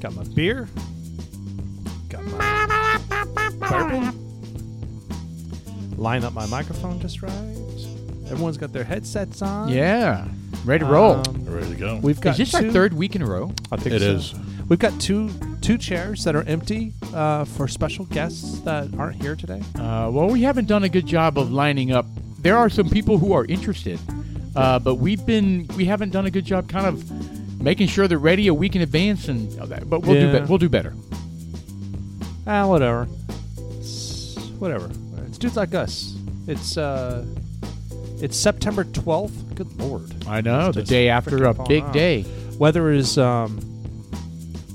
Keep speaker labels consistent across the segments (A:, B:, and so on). A: Got my beer. Got my bourbon. Line up my microphone just right. Everyone's got their headsets on.
B: Yeah. Ready to roll.
A: Um,
C: We're ready to go.
A: we've got
B: Is this
A: two,
B: our third week in a row?
A: I think
C: It
A: so.
C: is.
A: We've got two two chairs that are empty uh, for special guests that aren't here today.
B: Uh, well, we haven't done a good job of lining up. There are some people who are interested, uh, but we've been we haven't done a good job kind of making sure they're ready a week in advance. And but we'll do
A: Yeah.
B: be- we'll do better.
A: Ah, whatever. It's, whatever. It's dudes like us. It's uh, it's September twelfth. Good lord.
B: I know the
A: just
B: day after
A: freaking
B: a
A: fall
B: big
A: out.
B: day.
A: Weather is um,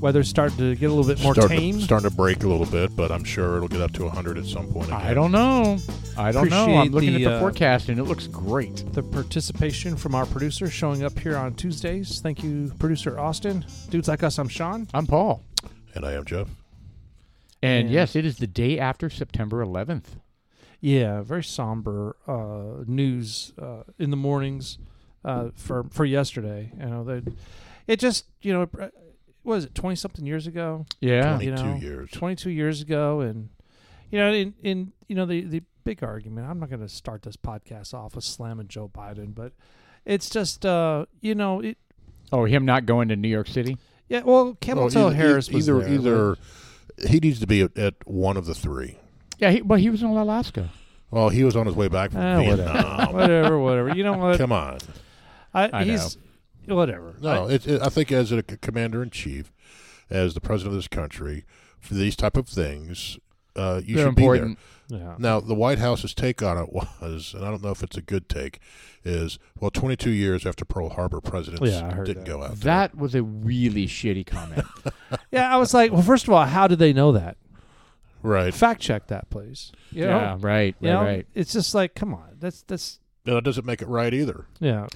A: weather's starting to get a little bit more
C: starting,
A: tame.
C: To, starting to break a little bit, but I'm sure it'll get up to 100 at some point. Again.
B: I don't know. I don't know. I'm
A: Appreciate
B: looking
A: the,
B: at the
A: uh,
B: forecast and it looks great.
A: The participation from our producer showing up here on Tuesdays. Thank you, producer Austin. Dudes like us. I'm Sean.
B: I'm Paul,
C: And I am Jeff.
B: and
A: Yeah.
B: yes, it is the day after September 11th.
A: Yeah, very somber uh, news uh, in the mornings uh, for for yesterday. You know, they- it just you know, it- what is it twenty something years ago?
B: Yeah.
C: 22
A: you know,
C: years.
A: 22 years ago and you know in in you know the the big argument i'm not going to start this podcast off with slamming joe biden but it's just uh you know it
B: Oh, him not going to New York City.
A: yeah well Kamala
C: Well,
A: well,
C: either- e-
A: harris was
C: either
A: there.
C: either he needs to be at, at one of the three.
B: Yeah, he, but he was in Alaska.
C: Well, he was on his way back from
A: Ah, whatever.
C: Vietnam.
A: whatever whatever you know what
C: Come on.
A: I,
B: I
A: he's whatever
C: No, it, it, I think as a c- commander in chief, as the president of this country, for these type of things, uh, you
B: They're
C: should be there.
B: important.
A: yeah.
C: Now, the White House's take on it was, and I don't know if it's a good take, is well, 22 years after Pearl Harbor, presidents
A: Yeah, I heard
C: didn't
A: that.
C: go out there.
B: That was a really shitty comment.
A: yeah i was like well first of all how do they know that
C: Right.
A: fact check that please You know?
B: yeah, right,
A: You
B: right,
A: know?
B: right.
A: it's just like come on that's that's
C: No, that doesn't make it right either.
A: yeah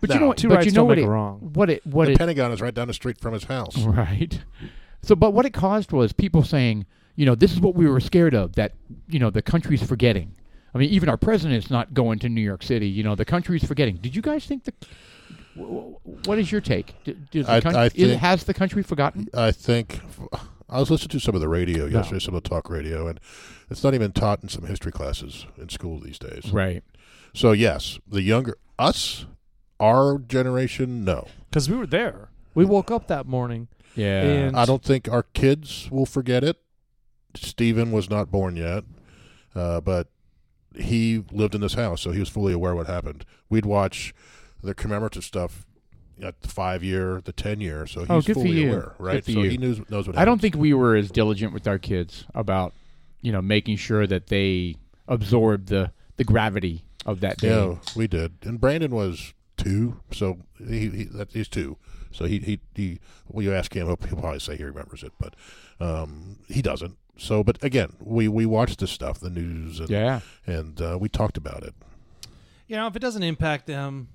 B: But you
C: No.
B: know, what-
A: Two
B: but
A: rights
B: you know
A: don't
B: what
A: make
B: it,
A: a wrong.
B: what it, what
C: the
B: it,
C: Pentagon is right down the street from his house.
B: right. So, but what it caused was people saying, you know, this is what we were scared of that, you know, the country's forgetting. I mean, even our president's not going to New York City. You know, the country's forgetting. Did you guys think the? wh- wh- What is your take? D- Does the
C: I-
B: coun-
C: I
B: is-
C: think-
B: has the country forgotten?
C: I think I was listening to some of the radio yesterday, some of the talk radio, and it's not even taught in some history classes in school these days.
B: Right.
C: So yes, the younger us, our generation, no,
A: because we were there we woke up that morning
B: Yeah.
A: And-
C: I don't think our kids will forget it. Stephen was not born yet, uh, but he lived in this house, so he was fully aware what happened. We'd watch the commemorative stuff at the five year, the ten year, so he's
B: Oh, good for
C: fully
B: you.
C: aware,
B: Good
C: right?
B: for
C: so
B: you.
C: he knows knows what. Happened.
B: I don't think we were as diligent with our kids about, you know, making sure that they absorb the the gravity of that day.
C: Yeah, we did. And Brandon was two, so he, he that, he's two. So he he, he well, you ask him, he'll he'll probably say he remembers it, but um, he doesn't. So, but again, we we watched this stuff, the news, and
B: Yeah.
C: and uh, we talked about it.
A: you know if it doesn't impact them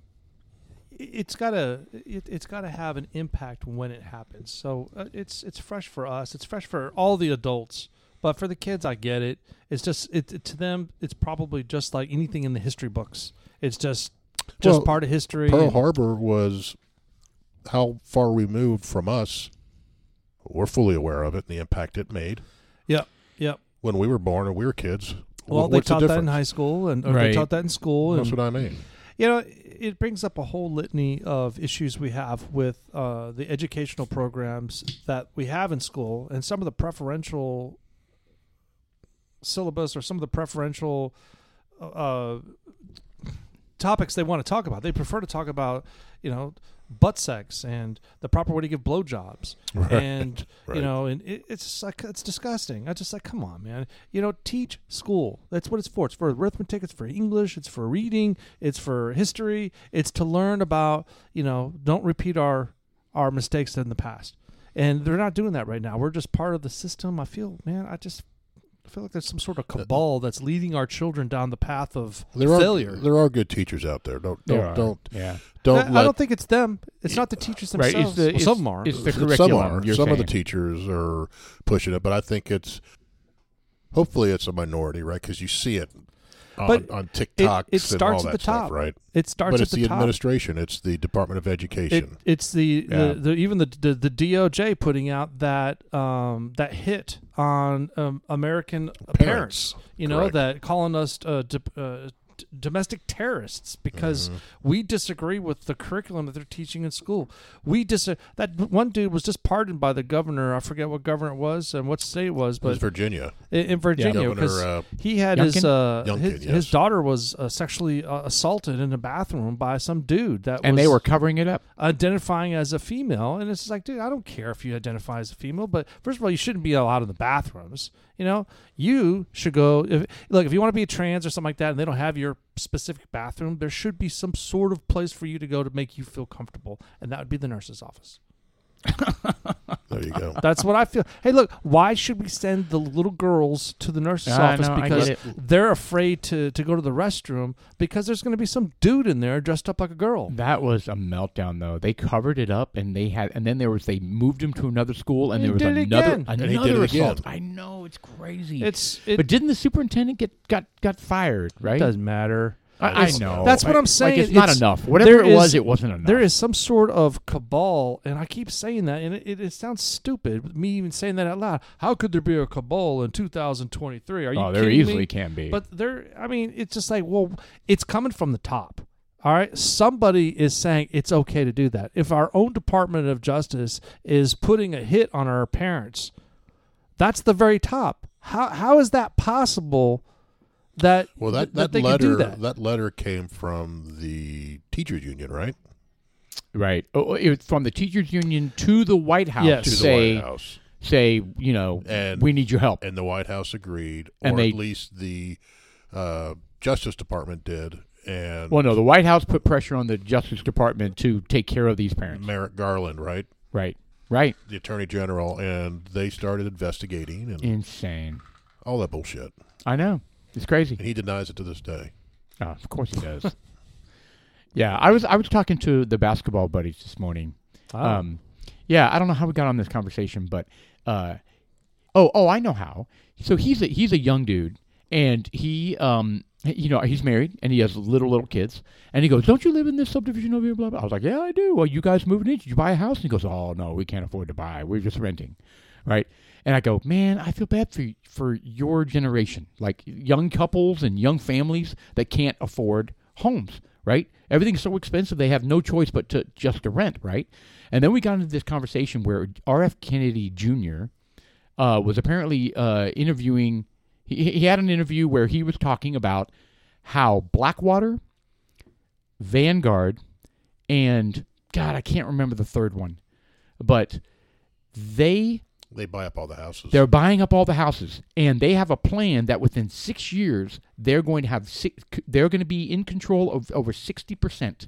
A: i- it's gotta it, it's gotta have an impact when it happens so uh, it's it's fresh for us it's fresh for all the adults but for the kids i get it it's just it, it- to them it's probably just like anything in the history books it's just just
C: Well,
A: part of history
C: Pearl
A: and-
C: Harbor was how far removed from us. We're fully aware of it and the impact it made
A: yep yep
C: when we were born or we were kids.
A: well
C: Wh-
A: they
C: what's the
A: taught that in
C: difference?
A: high school and or they
B: Right.
A: taught that in school
C: That's
A: and
C: what I mean.
A: you know it brings up a whole litany of issues we have with uh, the educational programs that we have in school and some of the preferential syllabus or some of the preferential uh, topics they want to talk about they prefer to talk about you know butt sex and the proper way to give blowjobs
C: Right.
A: and
C: Right.
A: you know and it, it's just like it's disgusting i just like come on man you know teach school that's what it's for it's for arithmetic it's for english it's for reading it's for history it's to learn about you know don't repeat our our mistakes in the past and they're not doing that right now we're just part of the system i feel man i just feel like there's some sort of cabal that's leading our children down the path of
C: Uh, There are
A: failure
C: there are good teachers out there. Don't
B: There
C: don't
B: are.
C: don't
B: Yeah.
C: don't
A: I, I
C: let Uh,
A: don't think it's them. It's not the teachers
B: Right, it's
A: themselves.
B: the-
A: Well, some are.
B: It's the
C: Some
B: curriculum.
C: are.
B: you're
C: Some of the
B: saying.
C: teachers are pushing it, but I think it's hopefully it's a minority, right? Because you see it on,
A: But
C: on TikToks
A: it
C: and all
A: starts
C: that
A: at the
C: stuff,
A: top.
C: right?
A: It starts
C: but
A: at
C: it's the,
A: the, top.
C: administration. It's the Department of
A: It,
C: Education.
A: it's the,
C: Yeah.
A: the, the even the, the the DOJ putting out that um, that hit on um, American parents.
C: Parents.
A: You know
C: Correct.
A: that calling us uh, d- uh, d- domestic terrorists because
C: Mm-hmm.
A: we disagree with the curriculum that they're teaching in school. We dis that one dude was just pardoned by the governor. I forget what governor it was and what state it was,
C: It was
A: but
C: Virginia.
A: in, in Virginia
C: Governor,
A: because
C: uh,
A: he had his uh,
C: Youngkin,
A: his,
C: yes.
A: his daughter was uh, sexually uh, assaulted in a bathroom by some dude that
B: and
A: was
B: they were covering it up.
A: identifying as a female and it's just like dude i don't care if you identify as a female but first of all you shouldn't be allowed in the bathrooms you know you should go if look if you want to be trans or something like that and they don't have your specific bathroom there should be some sort of place for you to go to make you feel comfortable and that would be the nurse's office
C: There you go.
A: that's what i feel hey look why should we send the little girls to the nurse's
B: I
A: office
B: know, I get
A: because
B: it.
A: they're afraid to, to go to the restroom because there's going to be some dude in there dressed up like a girl
B: That was a meltdown, though. They covered it up, and they had, and then there was they moved him to another school, and
A: He
B: there was
A: did it
B: another
A: again.
B: another
C: he did it
B: assault.
C: again.
B: I know it's crazy.
A: it's it
B: but didn't the superintendent get got got fired? Right?
A: doesn't matter
B: I, I
C: It's-
B: know.
A: That's what
B: Like-
A: I'm saying.
B: Like it's, not
A: It's-
B: enough. Whatever
A: there
B: it was,
A: is-
B: it wasn't enough.
A: There is some sort of cabal, and I keep saying that, and it, it, it sounds stupid. Me even saying that out loud. How could there be a cabal in 2023? Are you
B: oh, there
A: kidding
B: easily
A: me?
B: can be.
A: But there, I mean, it's just like, well, it's coming from the top. All right, somebody is saying it's okay to do that. If our own Department of Justice is putting a hit on our parents, that's the very top. How how is that possible? That
C: Well, that,
A: that,
C: that,
A: they could
C: letter
A: do that.
C: letter came from the teachers union, right?
B: right. Oh, it was from the teachers union to the White House
A: Yes.
B: to
A: To the
B: say
C: the White House,
B: say you know
C: And-
B: we need your help.
C: and the White House agreed,
B: And
C: or
B: they-
C: at least the uh, Justice Department did, and
B: well, no, the White House put pressure on the Justice Department to take care of these parents.
C: Merrick Garland, right,
B: Right. Right.
C: the Attorney General, and they started investigating and
B: Insane.
C: all that bullshit.
B: I know. It's crazy.
C: And he denies it to this day.
B: Oh, of course he does. yeah, I was I was talking to the basketball buddies this morning.
A: Wow.
B: Um, yeah, I don't know how we got on this conversation, but uh, oh, oh, I know how. So he's a, he's a young dude, and he, um, you know, he's married, and he has little little kids, and he goes, "Don't you live in this subdivision over here?" Blah blah. I was like, "Yeah, I do." Well, you guys moving in? Did you buy a house? And he goes, "Oh no, we can't afford to buy. We're just renting." Right. And I go, man, I feel bad for for your generation, like young couples and young families that can't afford homes, right? Everything's so expensive; they have no choice but to just to rent, right? And then we got into this conversation where R.F. Kennedy Jr. Uh, was apparently uh, interviewing. He, he had an interview where he was talking about how Blackwater, Vanguard, and God, I can't remember the third one, but they
C: They buy up all the houses.
B: they're buying up all the houses, and they have a plan that within six years they're going to have six, they're going to be in control of over sixty percent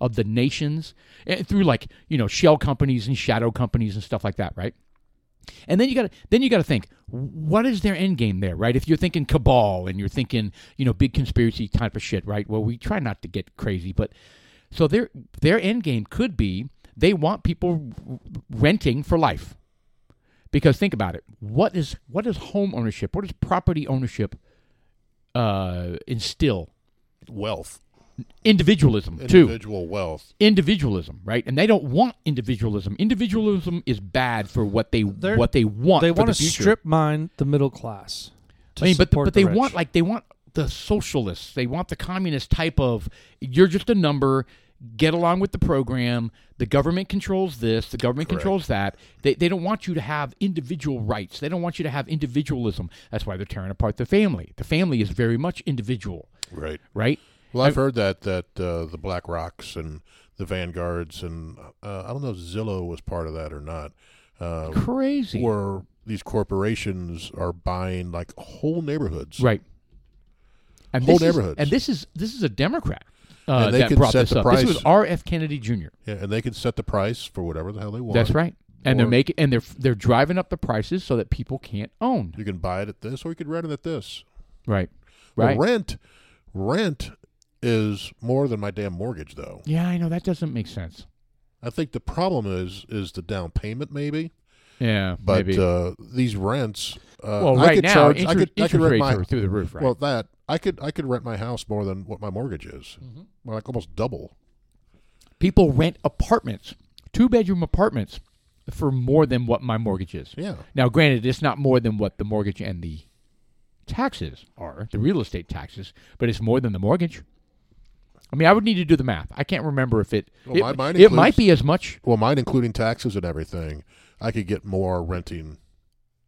B: of the nation's and through like you know shell companies and shadow companies and stuff like that, right? And then you got to then you got to think what is their end game there, right? If you're thinking cabal and you're thinking you know big conspiracy type of shit, right? Well, we try not to get crazy, but so their their end game could be they want people r- renting for life. Because think about it. What is what is home ownership? What does property ownership uh, instill?
C: wealth,
B: Individualism too.
C: individual wealth.
B: Individualism, right? And they don't want individualism. Individualism is bad for what they
A: They're-
B: what they want.
A: they
B: want
A: want to strip mine the middle class. to
B: I mean, but
A: support
B: but they
A: the
B: want
A: rich.
B: like they want the socialists. They want the communist type of you're just a number. Get along with the program. The government controls this. The government controls that. They, they don't want you to have individual rights. They don't want you to have individualism. That's why they're tearing apart the family. The family is very much individual,
C: Right.
B: right?
C: Well, I've heard that that uh, the Black Rocks and the Vanguards and uh, I don't know if Zillow was part of that or not. Uh,
B: Crazy,
C: where these corporations are buying like whole neighborhoods,
B: right? And
C: Whole
B: this is-
C: neighborhoods.
B: and this is this is a Democrat uh,
C: And they
B: that
C: can
B: brought
C: set
B: this
C: the
B: up.
C: price.
B: This was R.F. Kennedy Jr.
C: Yeah, and they can set the price for whatever the hell they want.
B: That's right. And they're
C: Or-
B: making and they're they're driving up the prices so that people can't own.
C: You can buy it at this, or you could rent it at this.
B: Right.
C: Well,
B: Right.
C: rent, rent is more than my damn mortgage, though.
B: yeah, I know that doesn't make sense.
C: I think the problem is is the down payment, maybe.
B: Yeah,
C: But
B: maybe.
C: uh, these rents, uh,
B: well,
C: I
B: right
C: could
B: now,
C: charge. I
B: interest,
C: could, I could
B: interest
C: rent
B: rates
C: my
B: are through the roof, right?
C: well that I could I could rent my house more than what my mortgage is,
B: Mm-hmm.
C: Well, like almost double.
B: People rent apartments, two bedroom apartments, for more than what my mortgage is.
C: Yeah,
B: Now, granted, it's not more than what the mortgage and the taxes are, the real estate taxes, but it's more than the mortgage. I mean, I would need to do the math. I can't remember if it.
C: Well,
B: it,
C: my- mine
B: it might
C: includes-
B: be as much.
C: well, mine including taxes and everything, I could get more renting.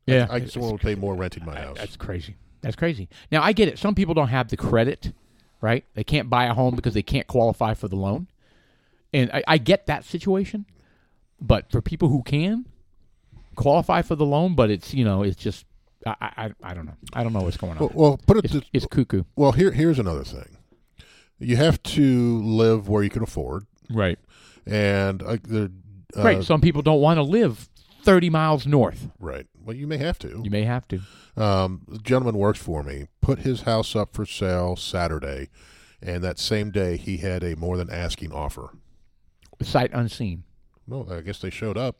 B: Yeah,
C: I someone would pay more renting my
B: I-
C: house.
B: That's crazy. That's crazy. Now I get it. Some people don't have the credit, right? They can't buy a home because they can't qualify for the loan, and I, I get that situation. But for people who can qualify for the loan, but it's you know it's just I I, I- I don't know I don't know what's going on.
C: well, well, put it
B: it's,
C: this,
B: it's cuckoo,
C: well. Here here's another thing. You have to live where you can afford,
B: right?
C: and uh, the uh,
B: right. Some people don't want to live thirty miles north.
C: right. Well, you may have to.
B: You may have to.
C: Um, the gentleman works for me. Put his house up for sale Saturday, and that same day he had a more than asking offer.
B: Sight unseen.
C: Well, I guess they showed up.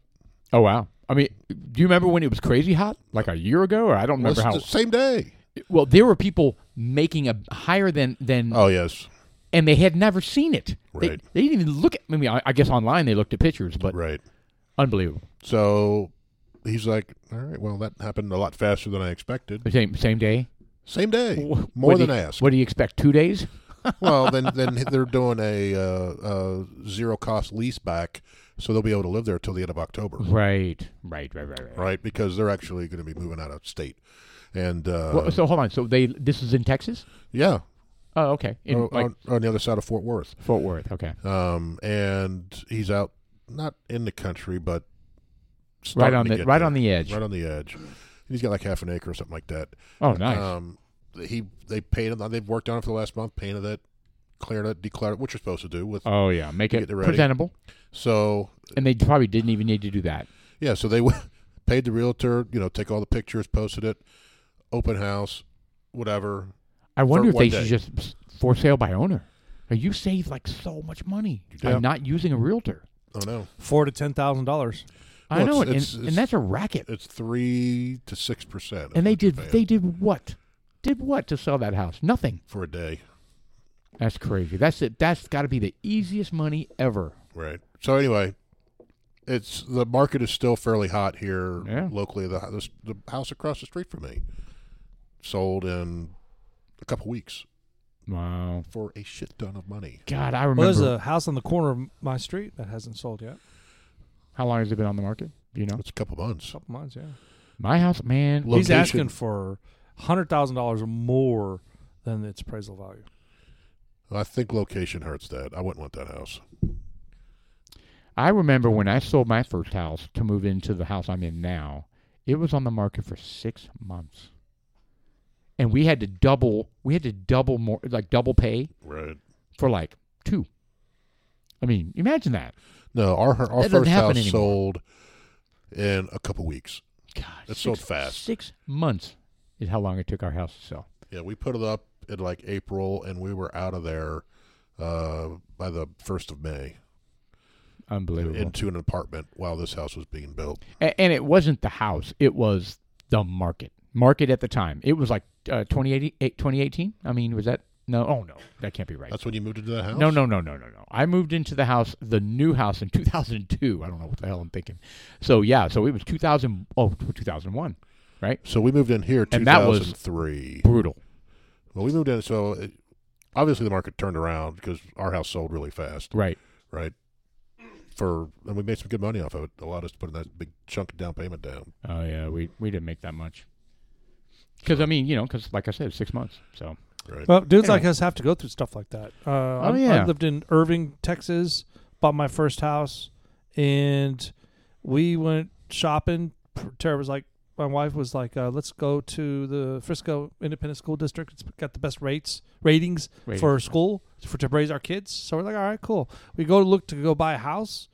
B: Oh wow. I mean, do you remember when it was crazy hot, like a year ago, or I don't
C: Well,
B: remember how?
C: it's the same day.
B: Well, there were people making a higher than than,
C: Oh yes,
B: and they had never seen it. They-
C: Right.
B: They, didn't even look at. I mean, I, I guess online they looked at pictures, but
C: right.
B: unbelievable.
C: So he's like, "All right, well, that happened a lot faster than I expected."
B: The same same day.
C: Same day,
B: Wha-
C: more
B: what do
C: than
B: you-
C: asked.
B: What do you expect? Two days?
C: well, then then they're doing a uh, uh, zero cost lease back, so they'll be able to live there till the end of October,
B: Right. Right. Right. Right. Right.
C: right? Because they're actually going to be moving out of state, and uh,
B: Well, so hold on. So they this is in Texas.
C: yeah,
B: Oh, okay. In
C: o-
B: like
C: on, on the other side of Fort Worth.
B: Fort Worth. Okay.
C: um, and he's out not in the country, but
B: Right
C: starting
B: on
C: to
B: the
C: get
B: right
C: there.
B: on the edge.
C: right on the edge. He's got like half an acre or something like that.
B: oh, nice.
C: Um, he they painted. They've worked on it for the last month. Painted it, cleared it, declared it, which you're supposed to do with.
B: oh yeah. Make
C: get
B: it
C: it ready.
B: presentable.
C: So
B: And they probably didn't even need to do that.
C: yeah, so they went- paid the realtor. You know, take all the pictures, posted it, open house, whatever.
B: I wonder if
C: one
B: they
C: day.
B: should just s- for sale by owner. You save like so much money by
C: Yeah.
B: not using a realtor.
C: Oh no,
A: Four to ten thousand dollars.
B: I
C: Well,
B: know
C: it's-
B: it,
C: it's-
B: and,
C: it's-
B: and that's a racket.
C: it's three to six percent.
B: And they did they did what? Did what to sell that house? Nothing.
C: for a day.
B: That's crazy. That's it. That's got to be the easiest money ever.
C: Right. So anyway, it's the market is still fairly hot here
B: Yeah.
C: locally. The, the the house across the street from me sold in a couple weeks
B: Wow.
C: for a shit ton of money.
B: God, I
A: Well,
B: remember.
A: there's a house on the corner of my street that hasn't sold yet.
B: how long has it been on the market? Do you know?
C: It's a couple months.
A: couple months, yeah.
B: My house, man.
C: Look-
A: He's
C: Location.
A: asking for hundred thousand dollars more than its appraisal value.
C: I think location hurts that. I wouldn't want that house.
B: I remember when I sold my first house to move into the house I'm in now. It was on the market for six months, and we had to double. We had to double more, like double pay
C: Right.
B: for like two. I mean, imagine that.
C: No, our her- our
B: That doesn't
C: first
B: happen
C: house
B: anymore.
C: sold in a couple weeks.
B: God,
C: It
B: six-
C: sold fast.
B: Six months is how long it took our house to sell.
C: Yeah, we put it up in like April, and we were out of there uh, by the first of May
B: Unbelievable.
C: into an apartment while this house was being built.
B: A- and it wasn't the house; it was the market. Market at the time, it was like uh, 2080 eh, 2018. I mean, was that no? Oh no, that can't be right.
C: That's when you moved into the house.
B: No, no, no, no, no, no. I moved into the house, the new house in 2002. I don't know what the hell I'm thinking. So yeah, so it was 2000. Oh, 2001.
C: So we moved in here
B: And that was-
C: 2003.
B: Brutal.
C: well, we moved in, so it, obviously the market turned around because our house sold really fast,
B: Right.
C: right? For and we made some good money off of it. Allowed us to put that big chunk of down payment down.
B: Oh yeah, we we didn't make that much. Because I mean, you know, because like I said, six months. So
C: Right.
A: Well, dudes
B: Anyway.
A: like us have to go through stuff like that. Uh, I,
B: Oh, yeah.
A: I lived in Irving, Texas, bought my first house, and we went shopping. Tara was like, my wife was like, uh, let's go to the Frisco Independent School District. It's got the best rates ratings
B: Ratings.
A: for school for to raise our kids. So we're like, all right, cool. We go to look to go buy a house.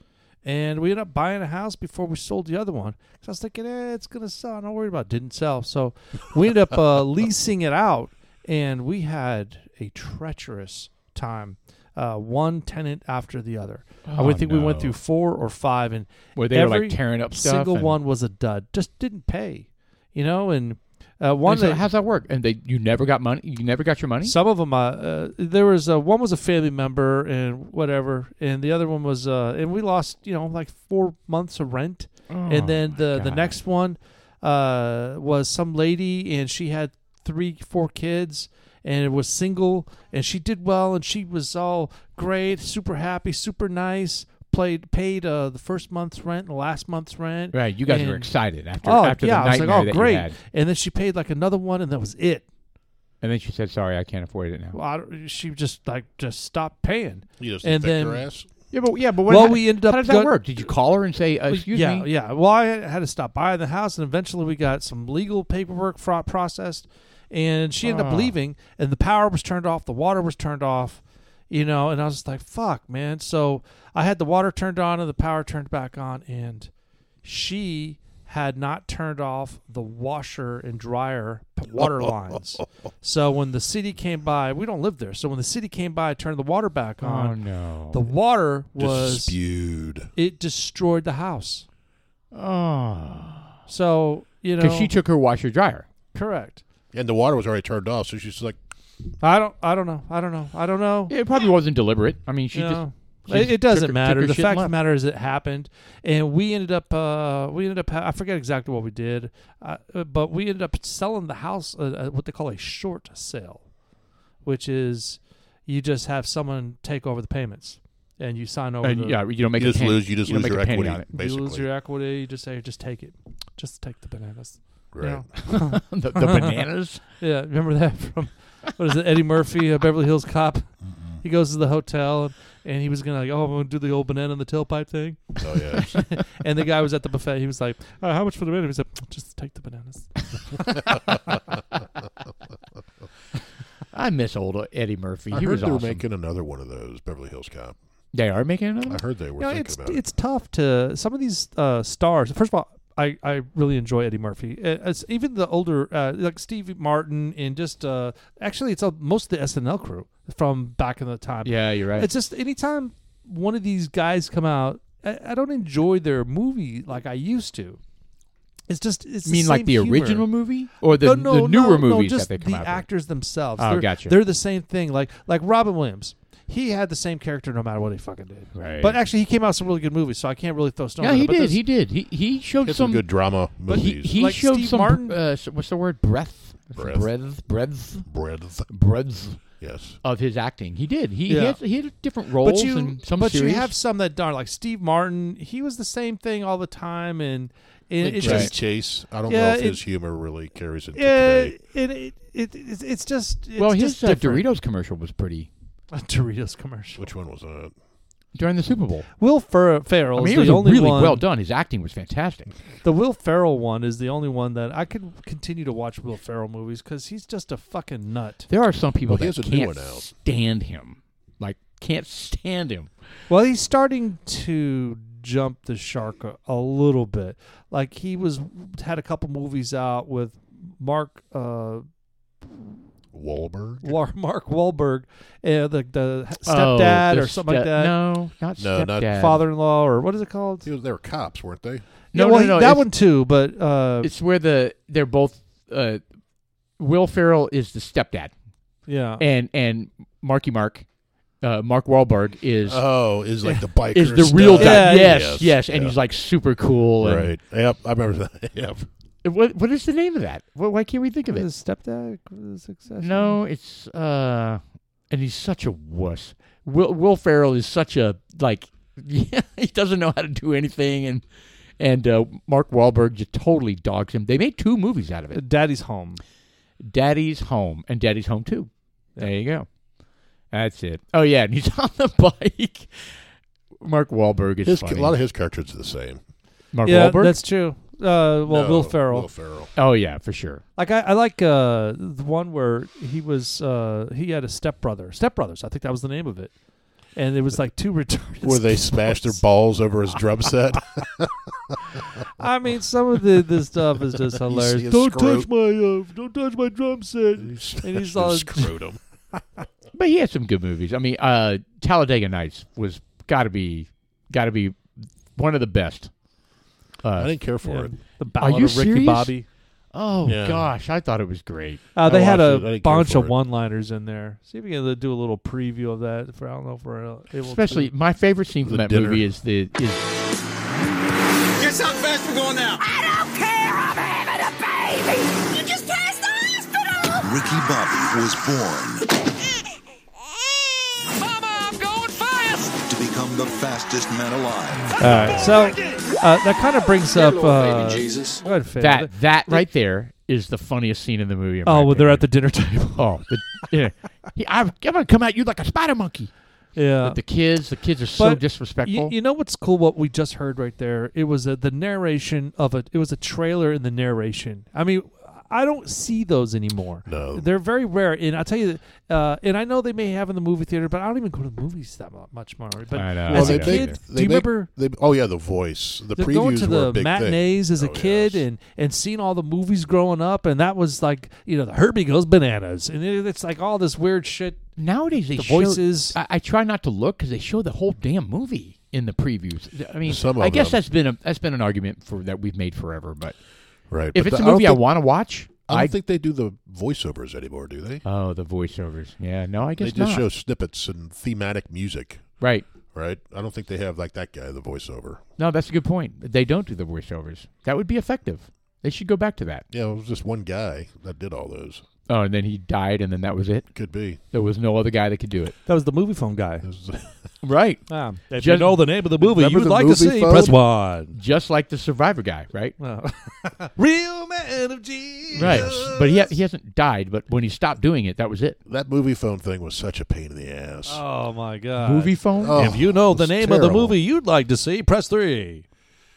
A: And we ended up buying a house before we sold the other one. So I was thinking, eh, it's gonna sell. I'm not worried about. It. Didn't sell, so we ended up uh, leasing it out, and we had a treacherous time. Uh, one tenant after the other. I
B: Oh,
A: would think we went
B: no.
A: through four or five, and
B: where they were
A: Every
B: like tearing up stuff.
A: single
B: and-
A: one was a dud. Just didn't pay, you know. And Uh, one
B: And so
A: that-
B: how's that work? And they, you never got money. You never got your money.
A: Some of them, uh, uh, there was uh, one was a family member and whatever, and the other one was, uh, and we lost, you know, like four months of rent.
B: oh
A: and then the the next one uh, was some lady, and she had three, four kids, and it was single, and she did well, and she was all great, super happy, super nice. Played, paid uh, the first month's rent, and the last month's rent.
B: Right, you guys were
A: and-
B: excited after
A: oh
B: after
A: yeah,
B: the
A: I was
B: nightmare
A: like, oh
B: that
A: great.
B: you had,
A: And then she paid like another one, and that was it.
B: and then she said, "Sorry, I can't afford it now."
A: Well, I don't- she just like just stopped paying.
C: You just
A: And
C: infect
A: then-
C: your ass.
B: Yeah, but yeah, but
A: what- Well, we ended up
B: How does that
A: gut-
B: work? Did you call her and say, uh, "Excuse
A: yeah,
B: me"?
A: yeah. Well, I had to stop by the house, and eventually we got some legal paperwork fro- processed, and she ended up
B: Ah.
A: leaving, and the power was turned off, the water was turned off, you know, and I was just like, "Fuck, man!" So I had the water turned on and the power turned back on, and she had not turned off the washer and dryer p- water lines. So when the city came by, we don't live there. So when the city came by, turned the water back
B: Oh
A: on.
B: no.
A: The water was
C: Just spewed.
A: it destroyed the house.
B: oh.
A: So you know,
B: Because she took her washer dryer.
A: correct.
C: And the water was already turned off, so she's like,
A: I don't. I don't know. I don't know. I don't know.
B: It probably wasn't deliberate. I mean, she
A: You
B: just
A: know.
B: she
A: It-
B: just
A: it, doesn't
B: took her-
A: matter.
B: took her
A: The
B: shit
A: fact of the
B: and left.
A: matter is, it happened, and we ended up. Uh, we ended up. Ha- I forget exactly what we did, uh, uh, but we ended up selling the house. Uh, uh, what they call a short sale, which is you just have someone take over the payments, and you sign over.
B: And,
A: the,
B: yeah, Oh, you don't make
C: you
B: a
C: just
B: penny-
C: lose. You just
B: don't
C: lose
B: make
C: your
B: a penny
C: equity,
B: on it.
C: basically.
A: You lose your equity. You just say, just take it. Just take the bananas. you
C: right.
A: know?
B: the, the bananas.
A: Yeah, remember that from what is it? Eddie Murphy, a Beverly Hills Cop. He goes to the hotel and he was gonna like, oh, I'm gonna do the old banana in the tailpipe thing.
C: Oh yeah.
A: And the guy was at the buffet. He was like, uh, how much for the banana? He said, just take the bananas.
B: I miss old Eddie Murphy.
C: I
B: he
C: heard
B: was
C: they were
B: awesome.
C: making another one of those Beverly Hills Cop.
B: they are making another.
C: I
B: one?
C: heard they were
A: You know,
C: thinking
A: it's
C: about it.
A: it's tough to some of these uh, stars. First of all, I, I really enjoy Eddie Murphy. Uh, It's even the older uh, like Steve Martin and just uh, actually it's uh, most of the SNL crew from back in the time.
B: Yeah, you're right.
A: It's just anytime one of these guys come out, I, I don't enjoy their movie like I used to. It's just it's
B: you mean like
A: same
B: the
A: humor.
B: original movie or the,
A: no, no,
B: the newer
A: no, no,
B: movies
A: just
B: that they come
A: the
B: out with?
A: actors themselves.
B: Oh,
A: they're,
B: gotcha.
A: They're the same thing. Like like Robin Williams, he had the same character no matter what he fucking did.
B: Right.
A: But actually, he came out with some really good movies, so I can't really throw stones.
B: uh,
A: at
B: yeah, he
A: him, but
B: did.
A: there's-
B: He did. He he showed
C: It's
B: some.
C: some good drama
B: but he
C: movies.
B: he
A: Like
B: showed
A: Steve
B: some.
A: Martin?
B: Uh, s- what's the word? Breath.
C: Breath.
B: Breath. Breath.
C: Breadth.
B: Breath
C: Yes.
B: of his acting. He did. He
A: Yeah.
B: he, had, he had different roles
A: but you,
B: and some
A: but
B: serious.
A: you have some that darn like Steve Martin. He was the same thing all the time, and, and it's
C: Chevy
A: just
C: Chase. I don't
A: Yeah,
C: know if
A: it-
C: his humor really carries into
A: Yeah,
C: today.
A: it, it, it, it's it's just it's
B: well, his
A: just
B: uh,
A: different.
B: Doritos commercial was pretty
A: a Doritos commercial.
C: Which one was that?
B: during the Super Bowl.
A: Will Fer- Ferrell
B: I
A: is
B: mean, it was
A: the
B: a
A: only
B: really
A: one.
B: well done. His acting was fantastic.
A: The Will Ferrell one is the only one that I could continue to watch Will Ferrell movies because he's just a fucking nut.
B: There are some people
C: Well, he
B: that
C: has a new
B: can't
C: one out.
B: stand him. Like can't stand him.
A: Well, he's starting to jump the shark a, a little bit. Like he was had a couple movies out with Mark uh
C: Wahlberg.
A: War, Mark Wahlberg, uh, the the stepdad
B: Oh,
A: or
B: the
A: something
B: ste-
A: like that,
B: No, not
C: No, not
B: stepdad.
A: father-in-law or what is it called?
C: He was, they were cops, weren't they?
A: yeah,
B: No,
A: well,
B: no,
A: he-
B: no,
A: that
B: it's-
A: one too, but uh,
B: It's where the they're both. Uh, Will Ferrell is the stepdad,
C: Oh.
A: yeah,
B: and and Marky Mark, uh, Mark Wahlberg is
C: Oh, is like the biker.
B: is the real
C: stuff.
B: dad.
A: Yeah,
B: yes, yes, and
C: yeah.
B: he's like super cool. And Uh,
C: Right. Yep. I remember that. Yep.
B: What what is the name of that? Wh- Why can't we think of it?
A: His stepdad was successful.
B: No, it's uh, and he's such a wuss. Will Will Ferrell is such a like, yeah, he doesn't know how to do anything, and and uh, Mark Wahlberg just totally dogs him. They made two movies out of it:
A: Daddy's home.
B: Daddy's Home and Daddy's Home Two. There you go. That's it. Oh yeah, and he's on the bike. Mark Wahlberg is
C: His, a
B: funny.
C: lot of his characters are the same.
B: Mark
A: yeah,
B: Wahlberg.
A: that's true. Uh, well,
C: No,
A: Will Ferrell.
C: Will Ferrell.
B: oh yeah, for sure.
A: Like I, I like uh, the one where he was uh, he had a stepbrother. Stepbrothers, I think that was the name of it. And it was like two retarded.
C: Where they smashed their balls over his drum set.
A: I mean, some of the this stuff is just hilarious.
C: his
A: Don't
C: screw-
A: touch my uh, don't touch my drum set. And he's all
C: screwed him.
B: But he had some good movies. I mean, uh, Talladega Nights was got to be got to be one of the best.
C: I
B: Uh,
C: didn't care for
A: Yeah.
C: it.
A: the ballad
B: you
A: of Ricky
B: serious?
A: Bobby.
B: Oh
C: Yeah.
B: gosh, I thought it was great.
A: Uh, they
C: I
A: had
C: watched it. I didn't
A: a
C: care
A: bunch
C: for
A: of
C: it.
A: one-liners in there. See if we can do a little preview of that. For I don't know if we're able to-
B: Especially my favorite scene from
C: The
B: that
C: dinner.
B: movie is the is
D: Guess how fast we're going now?
E: I don't care. I'm having a baby. You just passed the hospital.
F: Ricky Bobby was born
D: Mama, I'm going fast!
F: to become the fastest man alive.
A: All right, so uh, that kind of brings up uh,
D: Jesus.
A: Go ahead, Finn.
B: that that right there is the funniest scene in the movie. in my
A: Oh, well, they're
B: opinion.
A: at the dinner table.
B: Oh, the, yeah. He, I'm, I'm gonna come at you like a spider monkey.
A: yeah,
B: But the kids, the kids are so
A: But
B: disrespectful.
A: You, you know what's cool? What we just heard right there. It was a, the narration of a. It was a trailer in the narration. I mean, I don't see those anymore.
C: No.
A: they're very rare. And I'll tell you, uh, and I know they may have in the movie theater, but I don't even go to the movies that mu- much more. But
B: I know.
C: Well,
A: as
B: I
A: a
B: don't
C: they
A: kid,
C: make-
A: do
C: they
A: you
C: make-
A: remember?
C: They, oh yeah, the voice. The
A: th-
C: previews
A: going to
C: were
A: the
C: a big
A: matinees
C: thing.
A: as a
C: Oh,
A: kid
C: yes.
A: and and seeing all the movies growing up, and that was like you know the Herbie goes bananas, and it, it's like all this weird shit.
B: Nowadays, they
A: the
B: show-
A: voices-
B: I, I try not to look because they show the whole damn movie in the previews. I mean,
C: Some of
B: I guess
C: them.
B: that's been a that's been an argument for that we've made forever. But
C: right.
B: if
C: but
B: it's
C: the-
B: a
C: I don't
B: movie I,
C: think-
B: want to watch,
C: I don't
B: I,
C: think they do the voiceovers anymore, do they?
B: oh the voiceovers. Yeah, no, I
C: They
B: guess
C: just
B: not.
C: show snippets and thematic music,
B: right.
C: right? I don't think they have like that guy the voiceover.
B: No, that's a good point. They don't do the voiceovers. That would be effective. They should go back to that.
C: Yeah, it was just one guy that did all those.
B: Oh, and then he died, and then that was it.
C: Could be.
B: There was no other guy that could do it.
A: That was the movie phone guy.
C: It was-
B: Right.
A: Ah, if
B: Just-
A: you know the name of the movie
C: Remember
A: you would
C: the
A: like to
C: movie
A: see,
C: phone?
A: press one.
B: Just like the survivor guy, right?
A: Real man of Jesus.
B: Right. But he, ha- he hasn't died, but when he stopped doing it, that was it.
C: that movie phone thing was such a pain in the ass.
A: Oh my God.
B: Movie phone?
C: Oh,
A: If you know
C: it
A: the
C: was
A: name of the
C: terrible.
A: movie you'd like to see, press three.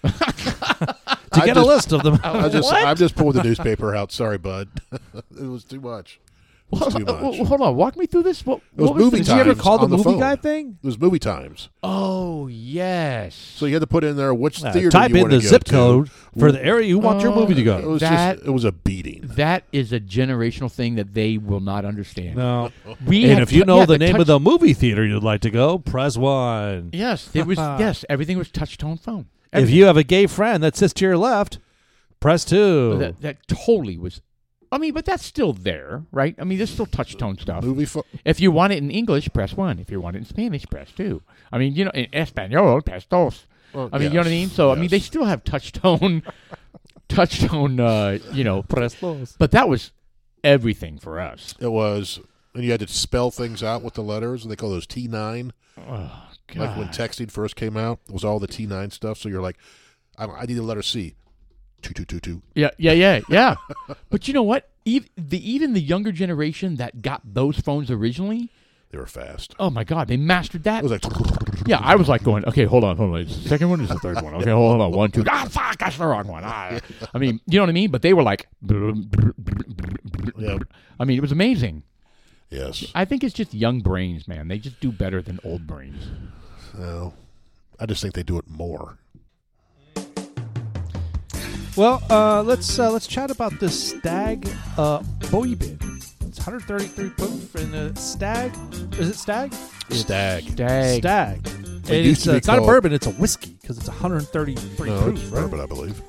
A: to
C: I
A: get a
C: just-
A: list of them.
C: I just, I'm just pulling the newspaper out. Sorry, bud. it was too much. It was too
B: Uh,
C: much.
B: well, hold on, walk me through this. What,
C: It was
B: what was
C: movie
B: this?
C: times.
A: you ever call the
C: on the
A: movie
C: phone.
A: guy thing?
C: It was movie times.
B: Oh yes.
C: So you had to put in there which
A: Uh,
C: theater
A: type
C: you
A: in
C: wanna
A: the
C: go Uh,
A: zip
C: to.
A: code for the area you want your movie to
C: It
A: go.
C: was
B: That-
C: just it was a beating.
B: that is a generational thing that they will not understand.
A: No.
B: We
A: And
B: had
A: if you
B: tou-
A: know
B: yeah,
A: the name
B: touch-
A: of the movie theater you'd like to go, press one.
B: yes, it was yes. Everything was touch tone phone.
A: If you have a gay friend that sits to your left, press two.
B: that, that totally was. I mean, but that's still there, right? I mean, there's still touch tone stuff.
C: Movie phone.
B: If you want it in English, press one. If you want it in Spanish, press two. I mean, you know, in Espanol, press dos. I mean, you know what I mean. So I mean,
C: yes.
B: they still have touch tone, touch tone. Uh, you know,
A: press those.
B: but that was everything for us.
C: It was, and you had to spell things out with the letters. They call those T nine.
A: Oh,
C: Like when texting first came out, it was all the T nine stuff. So you're like, I, I need the letter C. Two two two two.
B: Yeah, yeah, yeah, yeah. but you know what? Even the, even the younger generation that got those phones originally,
C: They were fast.
B: oh my God, they mastered that.
C: It was like
B: yeah, I was like going, okay, hold on, hold on. It's the second one is the third one. Okay, hold on, one, two. Ah, fuck, that's the wrong one. Ah. I mean, you know what I mean? But they were like,
C: Yeah.
B: I mean, it was amazing.
C: yes.
B: I think it's just young brains, man. They just do better than old brains.
C: No, I just think they do it more.
A: Well, uh, let's uh, let's chat about this stag uh, bowie bid. It's 133 proof and uh, stag. Is it stag?
C: Stag.
B: Dang.
A: Stag. And
C: used
A: it's,
C: to
A: uh,
C: be
A: it's not a
C: called-
A: bourbon; it's a whiskey because it's 133
C: No,
A: proof.
C: it's
A: Right?
C: bourbon, I believe.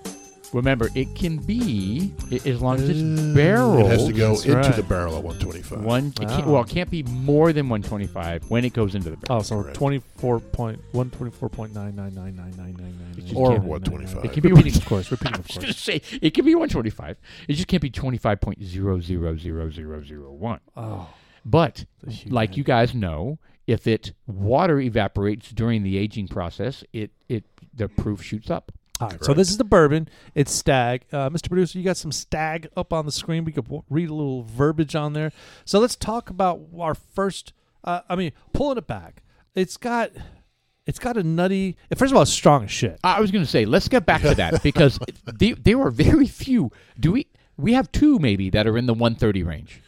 B: Remember, it can be i- as long as
A: Ooh.
B: it's barrel.
C: It has to go
A: That's
C: into
A: right.
C: the barrel at 125.
B: One, it can't,
A: Wow.
B: well, it can't be more than 125 when it goes into the barrel.
A: Oh, so
C: Correct.
A: 24.124.999999999.
B: Or
C: 125.
B: It can be
A: repeating,
B: one-
A: of course. Repeating, of
B: I was
A: course.
B: gonna say it can be 125. It just can't be 25.000001.
A: Oh,
B: But
A: The huge
B: like
A: head.
B: you guys know, if it water evaporates during the aging process, it it the proof shoots up.
A: all right. So this is the bourbon. It's stag. Uh, Mr. Producer, you got some stag up on the screen. We could w- read a little verbiage on there. So let's talk about our first. Uh, I mean, pulling it back. It's got, it's got a nutty. First of all, it's strong as shit.
B: I was going to say let's get back to that because the, there are very few. Do we we have two maybe that are in the 130 range.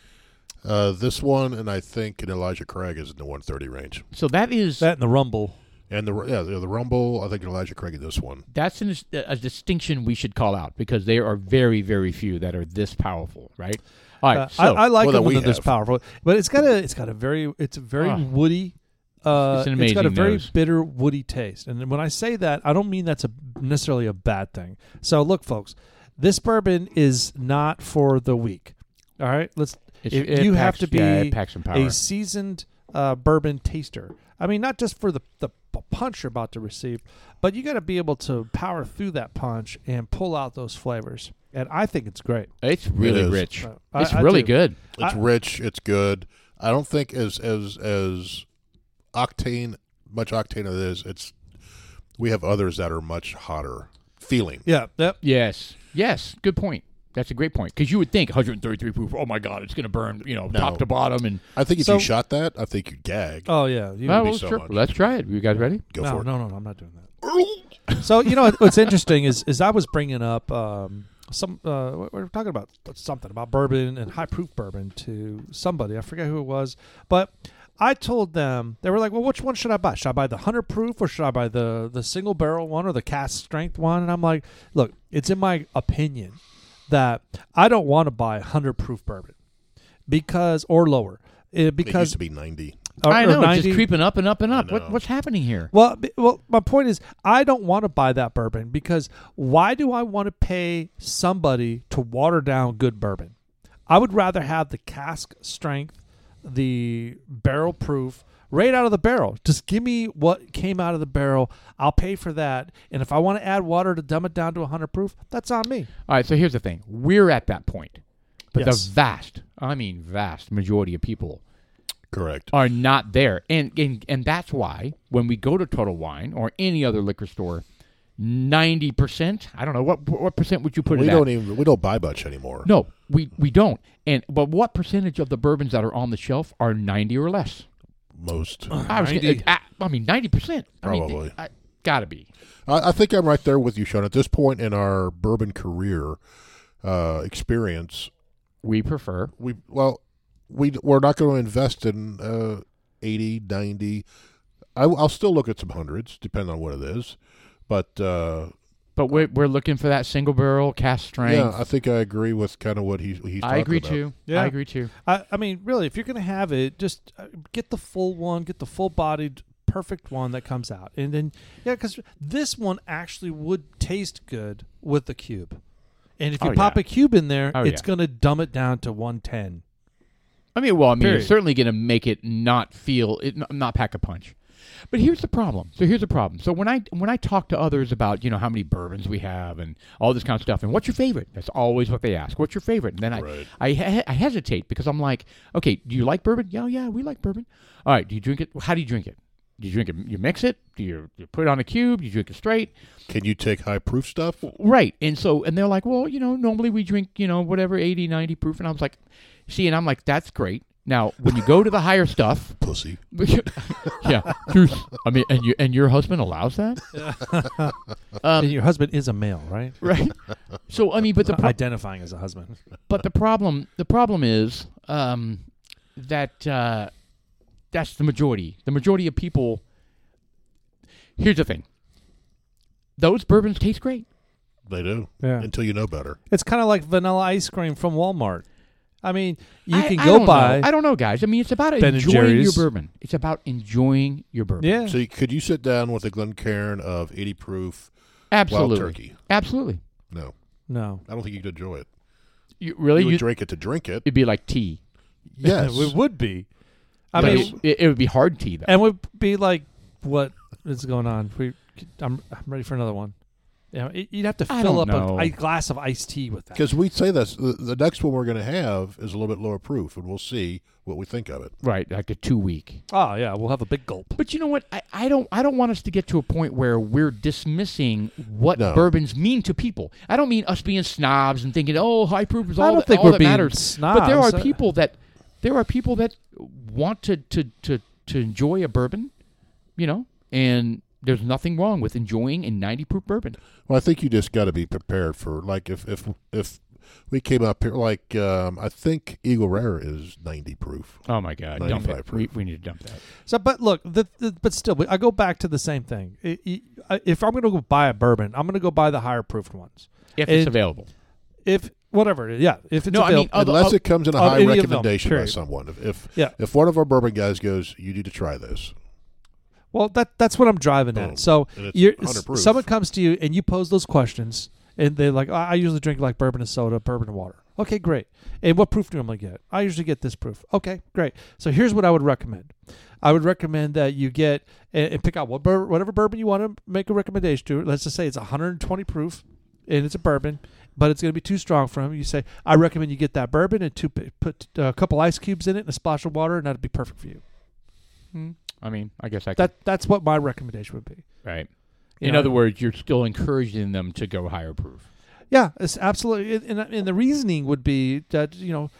C: Uh, this one, and I think an Elijah Craig is in the 130 range.
B: So that is
A: That and the rumble.
C: And the yeah, the, the Rumble, I think Elijah Craig in this one.
B: that's an, a distinction we should call out because there are very very few that are this powerful, right? All right,
A: Uh,
B: so
A: I, I like
C: Well,
A: it
C: that
A: when
C: we
A: they're this
C: have.
A: powerful, but it's got a it's got a very it's a very
B: Ah.
A: woody. Uh,
B: It's an
A: it's got a
B: amazing
A: very
B: nose.
A: bitter woody taste, and when I say that, I don't mean that's a necessarily a bad thing. So look, folks, This bourbon is not for the weak. All right, let's.
B: It's-
A: if-
B: it
A: you have
B: packs-
A: to be
B: yeah, it packs some power.
A: a seasoned uh, bourbon taster. I mean, not just for the the p- punch you're about to receive, but you got to be able to power through that punch and pull out those flavors. And I think it's great.
B: It's really
C: is.
B: rich.
A: Uh, I-
B: it's
A: I
B: really
A: do.
B: good.
C: It's
A: I-
C: rich. It's good. I don't think as as as octane much octane of it is. It's we have others that are much hotter feeling.
A: Yeah. Yep.
B: Yes. Yes. Good point. That's a great point because you would think 133 proof. Oh my God, it's going to burn. You know, top to bottom and.
C: I think if
A: So-
C: you shot that, I think you'd gag.
A: Oh yeah. You,
B: Oh,
C: be
B: well,
C: so
B: sure.
C: much.
B: Let's try it. You guys ready?
C: Go
A: no,
C: for it.
A: no, no, no, I'm not doing that. so you know what- what's interesting is is I was bringing up um, some uh, we we were talking about something about bourbon and high proof bourbon to somebody I forget who it was, but I told them they were like, well, which one should I buy? Should I buy the hundred proof or should I buy the the single barrel one or the cast strength one? And I'm like, look, it's in my opinion that I don't want to buy hundred proof bourbon because or lower. It,
C: It used
A: because
C: to be ninety.
A: or- Uh,
B: I
A: or
B: know. It's
A: 90
B: just creeping up and up and up.
C: know.
B: What, what's happening here?
A: well, b- well, my point is, I don't want to buy that bourbon because why do I want to pay somebody to water down good bourbon? I would rather have the cask strength, the barrel proof, right out of the barrel. Just give me what came out of the barrel. I'll pay for that. And if I want to add water to dumb it down to 100 proof, that's on me.
B: All right, so here's the thing. We're at that point. But
A: Yes.
B: the vast, I mean vast majority of people
C: Correct.
A: Oh,
B: are not there. And, and and that's why when we go to Total Wine or any other liquor store, 90%, I don't know what what percent would you put
C: we
B: it at?
C: don't even we don't buy much anymore.
B: no, we we don't. And but what percentage of the bourbons that are on the shelf are 90 or less?
C: Most.
B: I was gonna-
A: 90?
B: I, I mean 90%. I mean,
C: Probably.
B: I, got to be.
C: I, I think I'm right there with you, Sean. At this point in our bourbon career uh, experience,
B: We prefer
C: we well, we we're not going to invest in uh, 80, 90. I, will still look at some hundreds, depending on what it is. But uh,
B: but we're, we're looking for that single barrel cast strength.
C: yeah, I think I agree with kind of what he, he's.
B: I
C: talking
B: agree
C: about.
B: too.
A: Yeah.
B: I agree too.
A: I, I mean, really, if you're going to have it, just uh, get the full one, get the full bodied, perfect one that comes out. And then, yeah, because this one actually would taste good with the cube. And if you
B: Oh,
A: pop
B: yeah.
A: a cube in there,
B: Oh,
A: it's
B: yeah.
A: going to dumb it down to 110.
B: I mean, well, I mean,
A: Period.
B: it's certainly going to make it not feel it n- not pack a punch. But here's the problem. So here's the problem. So when I when I talk to others about you know how many bourbons we have and all this kind of stuff and what's your favorite? That's always what they ask. What's your favorite? And then I
C: Right.
B: I, he- I hesitate because I'm like, okay, do you like bourbon? Yeah, yeah, we like bourbon. All right, do you drink it? How do you drink it? Do you drink it? You mix it? Do you, you put it on a cube? Do you drink it straight?
C: Can you take high proof stuff?
B: Right. And so, and they're like, well, you know, normally we drink, you know, whatever, 80, 90 proof. And I was like, see, and I'm like, that's great. Now, when you go to the higher stuff,
C: Pussy.
B: yeah, truth. I mean, and you and your husband allows that, Um,
A: and your husband is a male, right?
B: right? So, I mean, but the pro-
A: Identifying as a husband.
B: but the problem the problem is um, that uh, that's the majority. The majority of people. Here's the thing. Those bourbons taste great.
C: They do.
A: Yeah.
C: Until you know better.
A: It's kind of like vanilla ice cream from Walmart. I mean, you
B: I-
A: can
B: I
A: go
B: don't know.
A: buy.
B: I don't know, guys. I mean, it's about
A: Ben and
B: enjoying your
A: Jerry's.
B: bourbon. It's about enjoying your bourbon.
A: Yeah.
C: So you, could you sit down with a Glencairn of 80 proof?
B: absolutely.
C: turkey.
B: Absolutely.
C: No,
A: no.
C: I don't think you could enjoy it.
B: You, really,
C: you would
B: you,
C: drink it to drink it.
B: it'd be like tea.
C: Yes.
A: it would be. I
B: But
A: mean,
B: it, it would be hard tea though.
A: and would be like, "What is going on?" We, I'm, I'm ready for another one. You know, it- you'd have to
B: I
A: fill up
B: don't
A: a,
B: know.
A: a glass of iced tea with that.
C: Because we say this, the, the next one we're going to have is a little bit lower proof, and we'll see what we think of it.
B: right, like a two week.
A: Oh yeah, we'll have a big gulp.
B: But you know what? I, I don't I don't want us to get to a point where we're dismissing what
C: No.
B: bourbons mean to people. I don't mean us being snobs and thinking, oh, high proof is all,
A: don't
B: that,
A: think
B: all
A: we're
B: that
A: being
B: matters. But there
A: snobs.
B: are people that there are people that want to to, to to enjoy a bourbon, you know, and there's nothing wrong with enjoying a ninety proof bourbon.
C: Well, I think you just got to be prepared for like if if if we came up here like um, I think Eagle Rare is ninety proof.
B: Oh my god,
C: dump
B: dump
C: it. 95
B: it.
C: proof.
B: We, we need to dump that.
A: So, but look, the, the, but still, I go back to the same thing. I- I- If I'm going to go buy a bourbon, I'm going to go buy the higher proofed ones.
B: If it's
A: And
B: available.
A: If whatever, it is, yeah. If it's
B: No, I mean,
A: available,
B: other-
C: Unless
B: of-
C: it comes in a
A: of
C: high
A: any of them,
C: recommendation by
A: period.
C: someone. If if,
A: Yeah.
C: if one of our bourbon guys goes, you need to try this.
A: well, that that's what I'm driving
C: Boom.
A: at. So,
C: And it's
A: you're,
C: 100 proof.
A: someone comes to you and you pose those questions, and they're like, I I usually drink like bourbon and soda, bourbon and water. Okay, great. And what proof do I normally get? I usually get this proof. Okay, great. So here's what I would recommend. I would recommend that you get and, and pick out what bur- whatever bourbon you want to make a recommendation to. Let's just say it's 120 proof, and it's a bourbon, but it's going to be too strong for him. You say, I recommend you get that bourbon and two pi- put uh, a couple ice cubes in it and a splash of water, and that'd be perfect for you.
B: I mean, I guess I could.
A: Hmm. That that's what my recommendation would be.
B: right.
A: You
B: In
A: know,
B: other words, you're still encouraging them to go higher proof.
A: Yeah, it's absolutely. And, and- and the reasoning would be that, you know,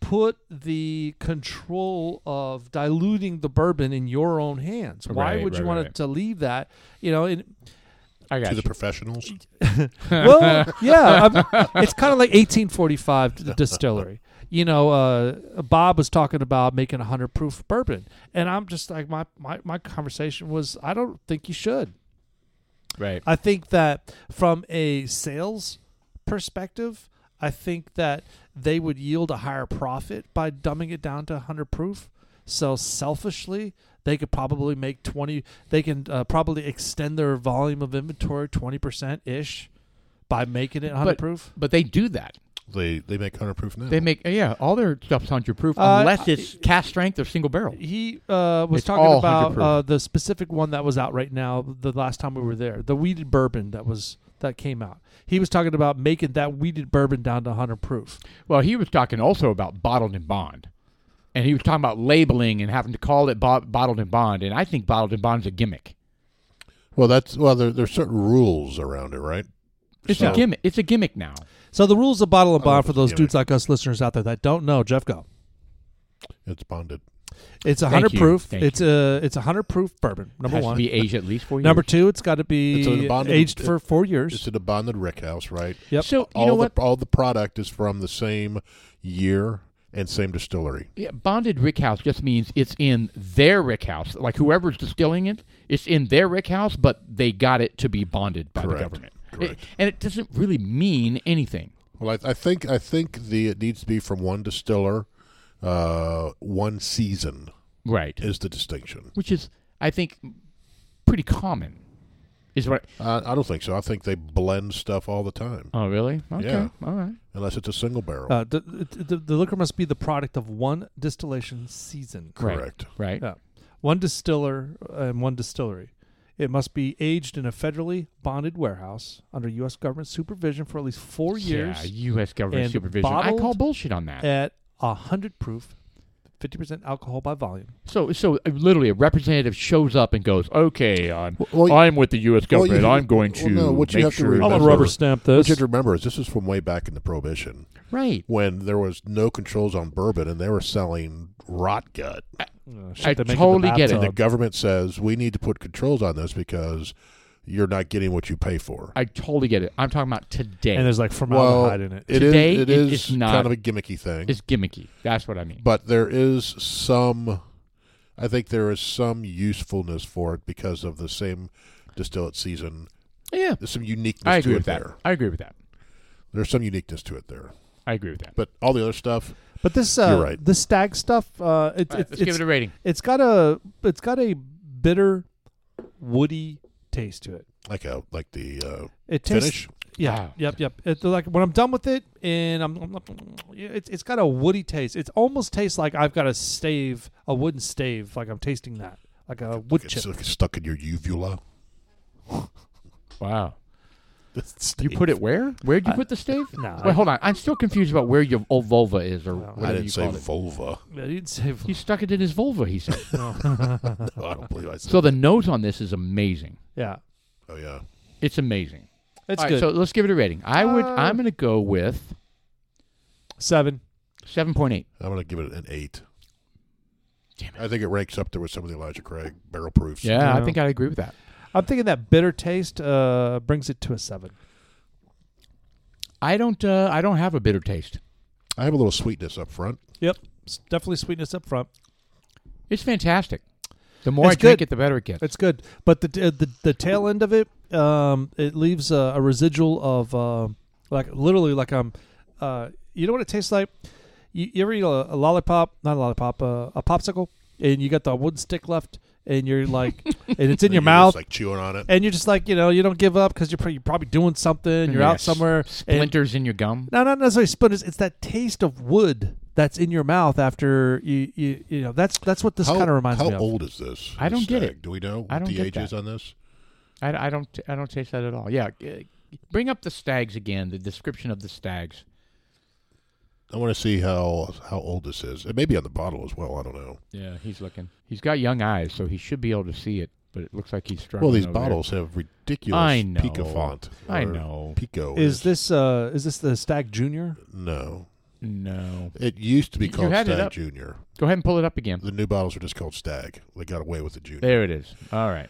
A: put the control of diluting the bourbon in your own hands. Why
B: Right,
A: would you
B: right,
A: want
B: right.
A: to leave that? You know, and,
B: I got
C: to the
B: you.
C: professionals.
A: well, yeah, I'm- it's kind of like 1845 d- distillery. You know, uh, Bob was talking about making a hundred proof bourbon, and I'm just like my, my my conversation was, I don't think you should.
B: right.
A: I think that from a sales perspective, I think that they would yield a higher profit by dumbing it down to 100 proof. So selfishly, they could probably make 20, they can uh, probably extend their volume of inventory 20% ish by making it 100
B: But-
A: proof.
B: But they do that.
C: They they make hundred proof now.
B: They make uh, yeah, all their stuff's hundred proof
A: Uh,
B: unless it's cast strength or single barrel.
A: He uh, was
B: It's
A: talking
B: all
A: about
B: 100 proof.
A: uh, the specific one that was out right now. The last time we were there, the weeded bourbon that was that came out. He was talking about making that weeded bourbon down to 100 proof.
B: Well, he was talking also about bottled and bond, and he was talking about labeling and having to call it bo- bottled and bond. And I think bottled and bond's a gimmick.
C: well, that's well. There, there's certain rules around it, right?
B: It's a
C: So-
B: gimmick. It's a gimmick now.
A: So the rules of bottle and
C: I
A: bond
C: love
A: for
C: this
A: those
C: gimmick.
A: dudes like us listeners out there that don't know, Jeff, go.
C: It's bonded.
A: It's a
B: Thank
A: hundred
B: you.
A: proof.
B: Thank
A: it's
B: you.
A: a it's a hundred proof bourbon. Number
B: Has
A: one.
B: to be aged at least four years.
A: number two, it's got to be
C: It's a bonded-
A: aged for four
C: It's
A: years.
C: at a bonded rick house, right?
A: Yep.
B: So you
C: all
B: know
C: the
B: what?
C: all the product is from the same year and same distillery.
B: Yeah, bonded rickhouse just means it's in their rickhouse. Like whoever's distilling it, it's in their rickhouse, but they got it to be bonded by
C: Correct.
B: the government. It-
C: Correct.
B: and it doesn't really mean anything.
C: Well, I, I think I think the it needs to be from one distiller, uh, one season
B: Right.
C: is the distinction.
B: Which is I think pretty common. Is what
C: I, I don't think so. I think they blend stuff all the time,
B: Oh really? Okay.
C: Yeah.
B: All right.
C: unless it's a single barrel.
A: Uh, the, the, the liquor must be the product of one distillation season.
C: Correct.
B: Right.
A: Yeah. One distiller uh, and one distillery. It must be aged in a federally bonded warehouse under U.S. government supervision for at least four
B: Yeah,
A: years
B: US government
A: and
B: supervision. I call
A: bottled
B: bullshit on that.
A: at a hundred proof, fifty percent alcohol by volume.
B: So, so uh, literally, a representative shows up and goes, "Okay, I'm,
C: well,
B: I'm with the U.S.
C: well, you-
B: government. I'm going to
C: well, no, what you
B: make
C: have to
B: sure
C: remember-
B: that
C: I'll
B: we're-"
C: rubber
A: stamp
C: What you have to remember is this is from way back in the Prohibition
B: right."
C: when there was no controls on bourbon and they were selling rot gut.
B: I totally get it.
C: The government says we need to put controls on this because you're not getting what you pay for.
B: I totally get it. I'm talking about today.
A: And there's like formaldehyde in it.
C: it is,
B: Today,
C: it
B: it
C: is
B: is not-
C: kind of a gimmicky thing,
B: it's gimmicky. That's what I mean.
C: but there is some. I think there is some usefulness for it because of the same distillate season.
B: yeah,
C: There's some uniqueness
B: I agree
C: to
B: with
C: it
B: that.
C: there.
B: I agree with that.
C: There's some uniqueness to it there.
B: I agree with that.
C: But all the other stuff,
A: But this uh,
C: You're right.
A: this stag stuff, uh, it,
B: All
A: it,
B: right, let's give
A: it's-
B: it a rating.
A: it's got a it's got a bitter, woody taste to it.
C: like a like the uh,
A: It tastes
C: finish,
A: yeah,
B: Wow.
A: yep, yep. It's like when I'm done with it, and I'm, I'm it's it's got a woody taste. It almost tastes like I've got a stave, a wooden stave, like I'm tasting that, like a wood
C: it's
A: chip.
C: like stuck in your uvula.
B: Wow. You
C: Steve.
B: put it where? Where'd you put the stave?
A: no, I-
B: Wait, hold on. I'm still confused about where your old vulva is or
C: I
B: whatever
C: didn't
B: you
C: say
B: call it.
C: vulva.
A: I didn't say
B: He stuck it in his vulva. He said.
C: No, I don't believe I said.
B: so the nose on this is amazing.
A: yeah.
C: oh yeah,
B: It's amazing.
A: It's
B: All right,
A: good.
B: so let's give it a rating. I would.
A: Uh,
B: I'm going to go with
A: Seven.
B: seven point eight.
C: I'm gonna give it an eight.
B: Damn
C: I think it ranks up there with some of the Elijah Craig barrel proofs.
B: Yeah, I
A: Yeah.
B: think I agree with that.
A: I'm thinking that bitter taste uh, brings it to a seven.
B: I don't. Uh, I don't have a bitter taste.
C: I have a little sweetness up front.
A: Yep, S- definitely sweetness up front.
B: It's fantastic. The more
A: It's
B: I drink
A: good.
B: it, the better it gets.
A: It's good, but the uh, the, the tail end of it, um, it leaves a, a residual of um like literally like um, uh, you know what it tastes like? You, you ever eat a, a lollipop? Not a lollipop, uh, a popsicle, and you got the wooden stick left, and you're like, and it's in your
C: You're
A: mouth,
C: just, like chewing on it.
A: and you're just like, you know, you don't give up because you're, pro- you're probably doing something. You're
B: Yeah,
A: out somewhere.
B: s-
A: and-
B: Splinters in your gum.
A: no, not necessarily splinters. It's that taste of wood that's in your mouth after you, you, you know. That's that's what this
C: how
A: kind of reminds
C: how
A: me of.
C: old is this?
B: I don't
C: this
B: get
C: stag?
B: it.
C: Do we know
B: I
C: what
B: don't
C: the
B: get
C: age
B: that.
C: is on this?
B: I, I don't. I don't taste that at all. Yeah. uh, Bring up the stags again. The description of the stags.
C: I want to see how how old this is. It may be on the bottle as well. I don't know.
B: Yeah, he's looking. He's got young eyes, so he should be able to see it. But it looks like he's struggling.
C: Well, these
B: over there.
C: bottles have ridiculous
B: I know.
C: pico font.
B: I
C: or
B: know.
C: Pico
A: Is this uh is this the Stag Junior?
C: no.
B: No.
C: It used to be
B: You
C: called
B: had it
C: Stag
B: up.
C: Junior.
B: Go ahead and pull it up again.
C: The new bottles are just called Stag. They got away with the Junior.
B: There it is. All right.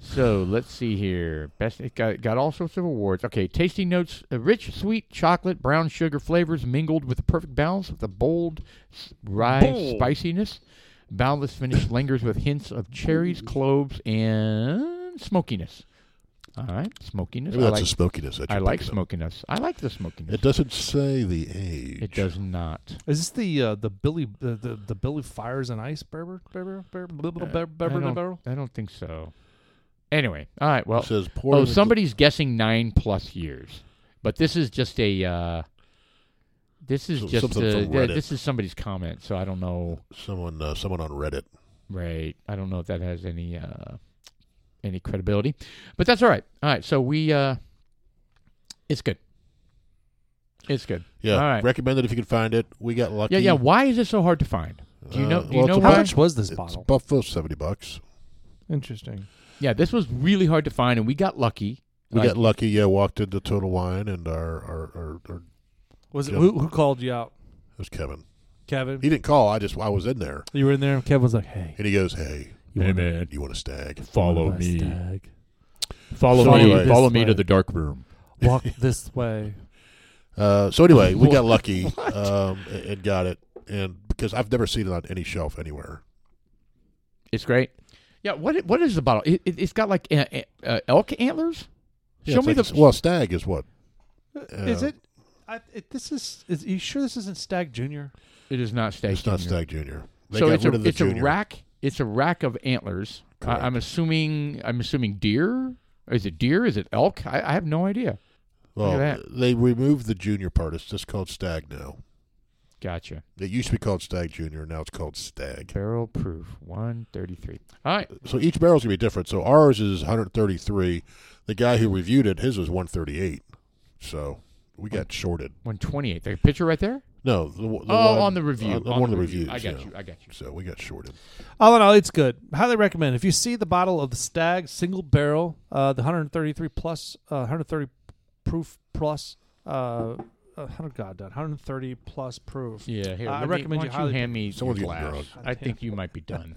B: So let's see here. Best it got, got all sorts of awards. Okay, tasty notes: uh, rich, sweet, chocolate, brown sugar flavors mingled with the perfect balance with a bold s- rye spiciness. Boundless finish lingers with hints of cherries, cloves, and smokiness. All right, smokiness.
C: Maybe
B: I
C: that's
B: like,
C: the smokiness that
B: I
C: you're
B: like
C: picking up.
B: smokiness. I like the smokiness.
C: It doesn't say the age.
B: It does not.
A: Is this the uh, the Billy the, the the Billy fires and ice Berber Berber Berber Berber Berber,
B: Uh, I,
A: Berber,
B: don't, I don't think so. Anyway, all right. Well,
C: It says pour.
B: Oh,
C: in the gl-
B: somebody's guessing nine plus years, but this is just a. Uh, this is
C: So-
B: just
C: something
B: a,
C: from
B: yeah,
C: Reddit.
B: this is somebody's comment, so I don't know.
C: someone uh, someone on Reddit.
B: Right, I don't know if that has any uh, any credibility, but that's all right. All right, so we uh, it's good. It's good.
C: Yeah,
B: All right.
C: recommend it if you can find it. We got lucky.
B: Yeah, yeah. Why is it so hard to find? Do you know?
C: Uh,
B: do you
C: well,
B: know
C: it's a
A: How
B: why?
A: much was this
C: It's
A: bottle?
C: Buffalo seventy bucks.
A: Interesting.
B: Yeah, this was really hard to find, and we got lucky.
C: We
B: Like,
C: got lucky. Yeah, walked into Total Wine, and our our, our, our it
A: Was it
C: Yeah.
A: who, who called you out,
C: was Kevin.
A: Kevin?
C: He didn't call. I just I was in there,
A: You were in there. Kevin was like, "Hey,
C: and he goes, "Hey,
A: you
B: Hey
A: wanna-
B: man,
C: you want a stag?
B: follow
A: wanna buy a
B: me,
A: stag?
B: follow
C: So
B: me,
C: anyway-
B: follow me to
A: This
B: the dark room.
A: Walk this way."
C: Uh, so anyway, we got lucky um, and, and got it, and because I've never seen it on any shelf anywhere.
B: It's great. Yeah. What i- What is the bottle? It, it, it's got like uh, uh, uh, elk antlers.
C: Yeah,
B: Show
C: it's
B: me
C: like
B: the.
C: a- well, stag is what
A: is
C: Uh,
A: it? I, it, this is. Is you sure this isn't Stag Junior?
B: it is not stag.
C: it's not
B: Junior.
C: stag junior. They
B: so
C: got
B: it's
C: rid
B: a
C: of the
B: it's
C: junior.
B: a rack. It's a rack of antlers. I,
C: Correct.
B: I'm assuming. I'm assuming deer. Is it deer? Is it elk? I, I have no idea.
C: Well,
B: Look at
C: they removed the junior part. It's just called stag now.
B: Gotcha.
C: It used to be called stag junior. Now it's called stag.
B: Barrel proof. One thirty three. All right.
C: So each barrel's gonna be different. So ours is 133. The guy who reviewed it, his was 138. So we got shorted.
B: One twenty eight. The picture right there.
C: No, the, the one
B: oh, on the review.
C: on the-
B: On
C: one
B: the
C: of the
B: review.
C: reviews.
B: I got
C: yeah.
B: you. I got you.
C: So we got shorted.
A: All in all, it's good. Highly recommend. If you see the bottle of the Stag single barrel, uh, the 133 plus, uh, 130 proof plus, uh, uh, hundred god done, 130 plus proof.
B: Yeah, here.
A: I
B: let me-
A: recommend
B: why
A: you
B: don't
A: highly-
B: hand me
C: Someone's
B: your
C: getting
B: glass. I think you might be done.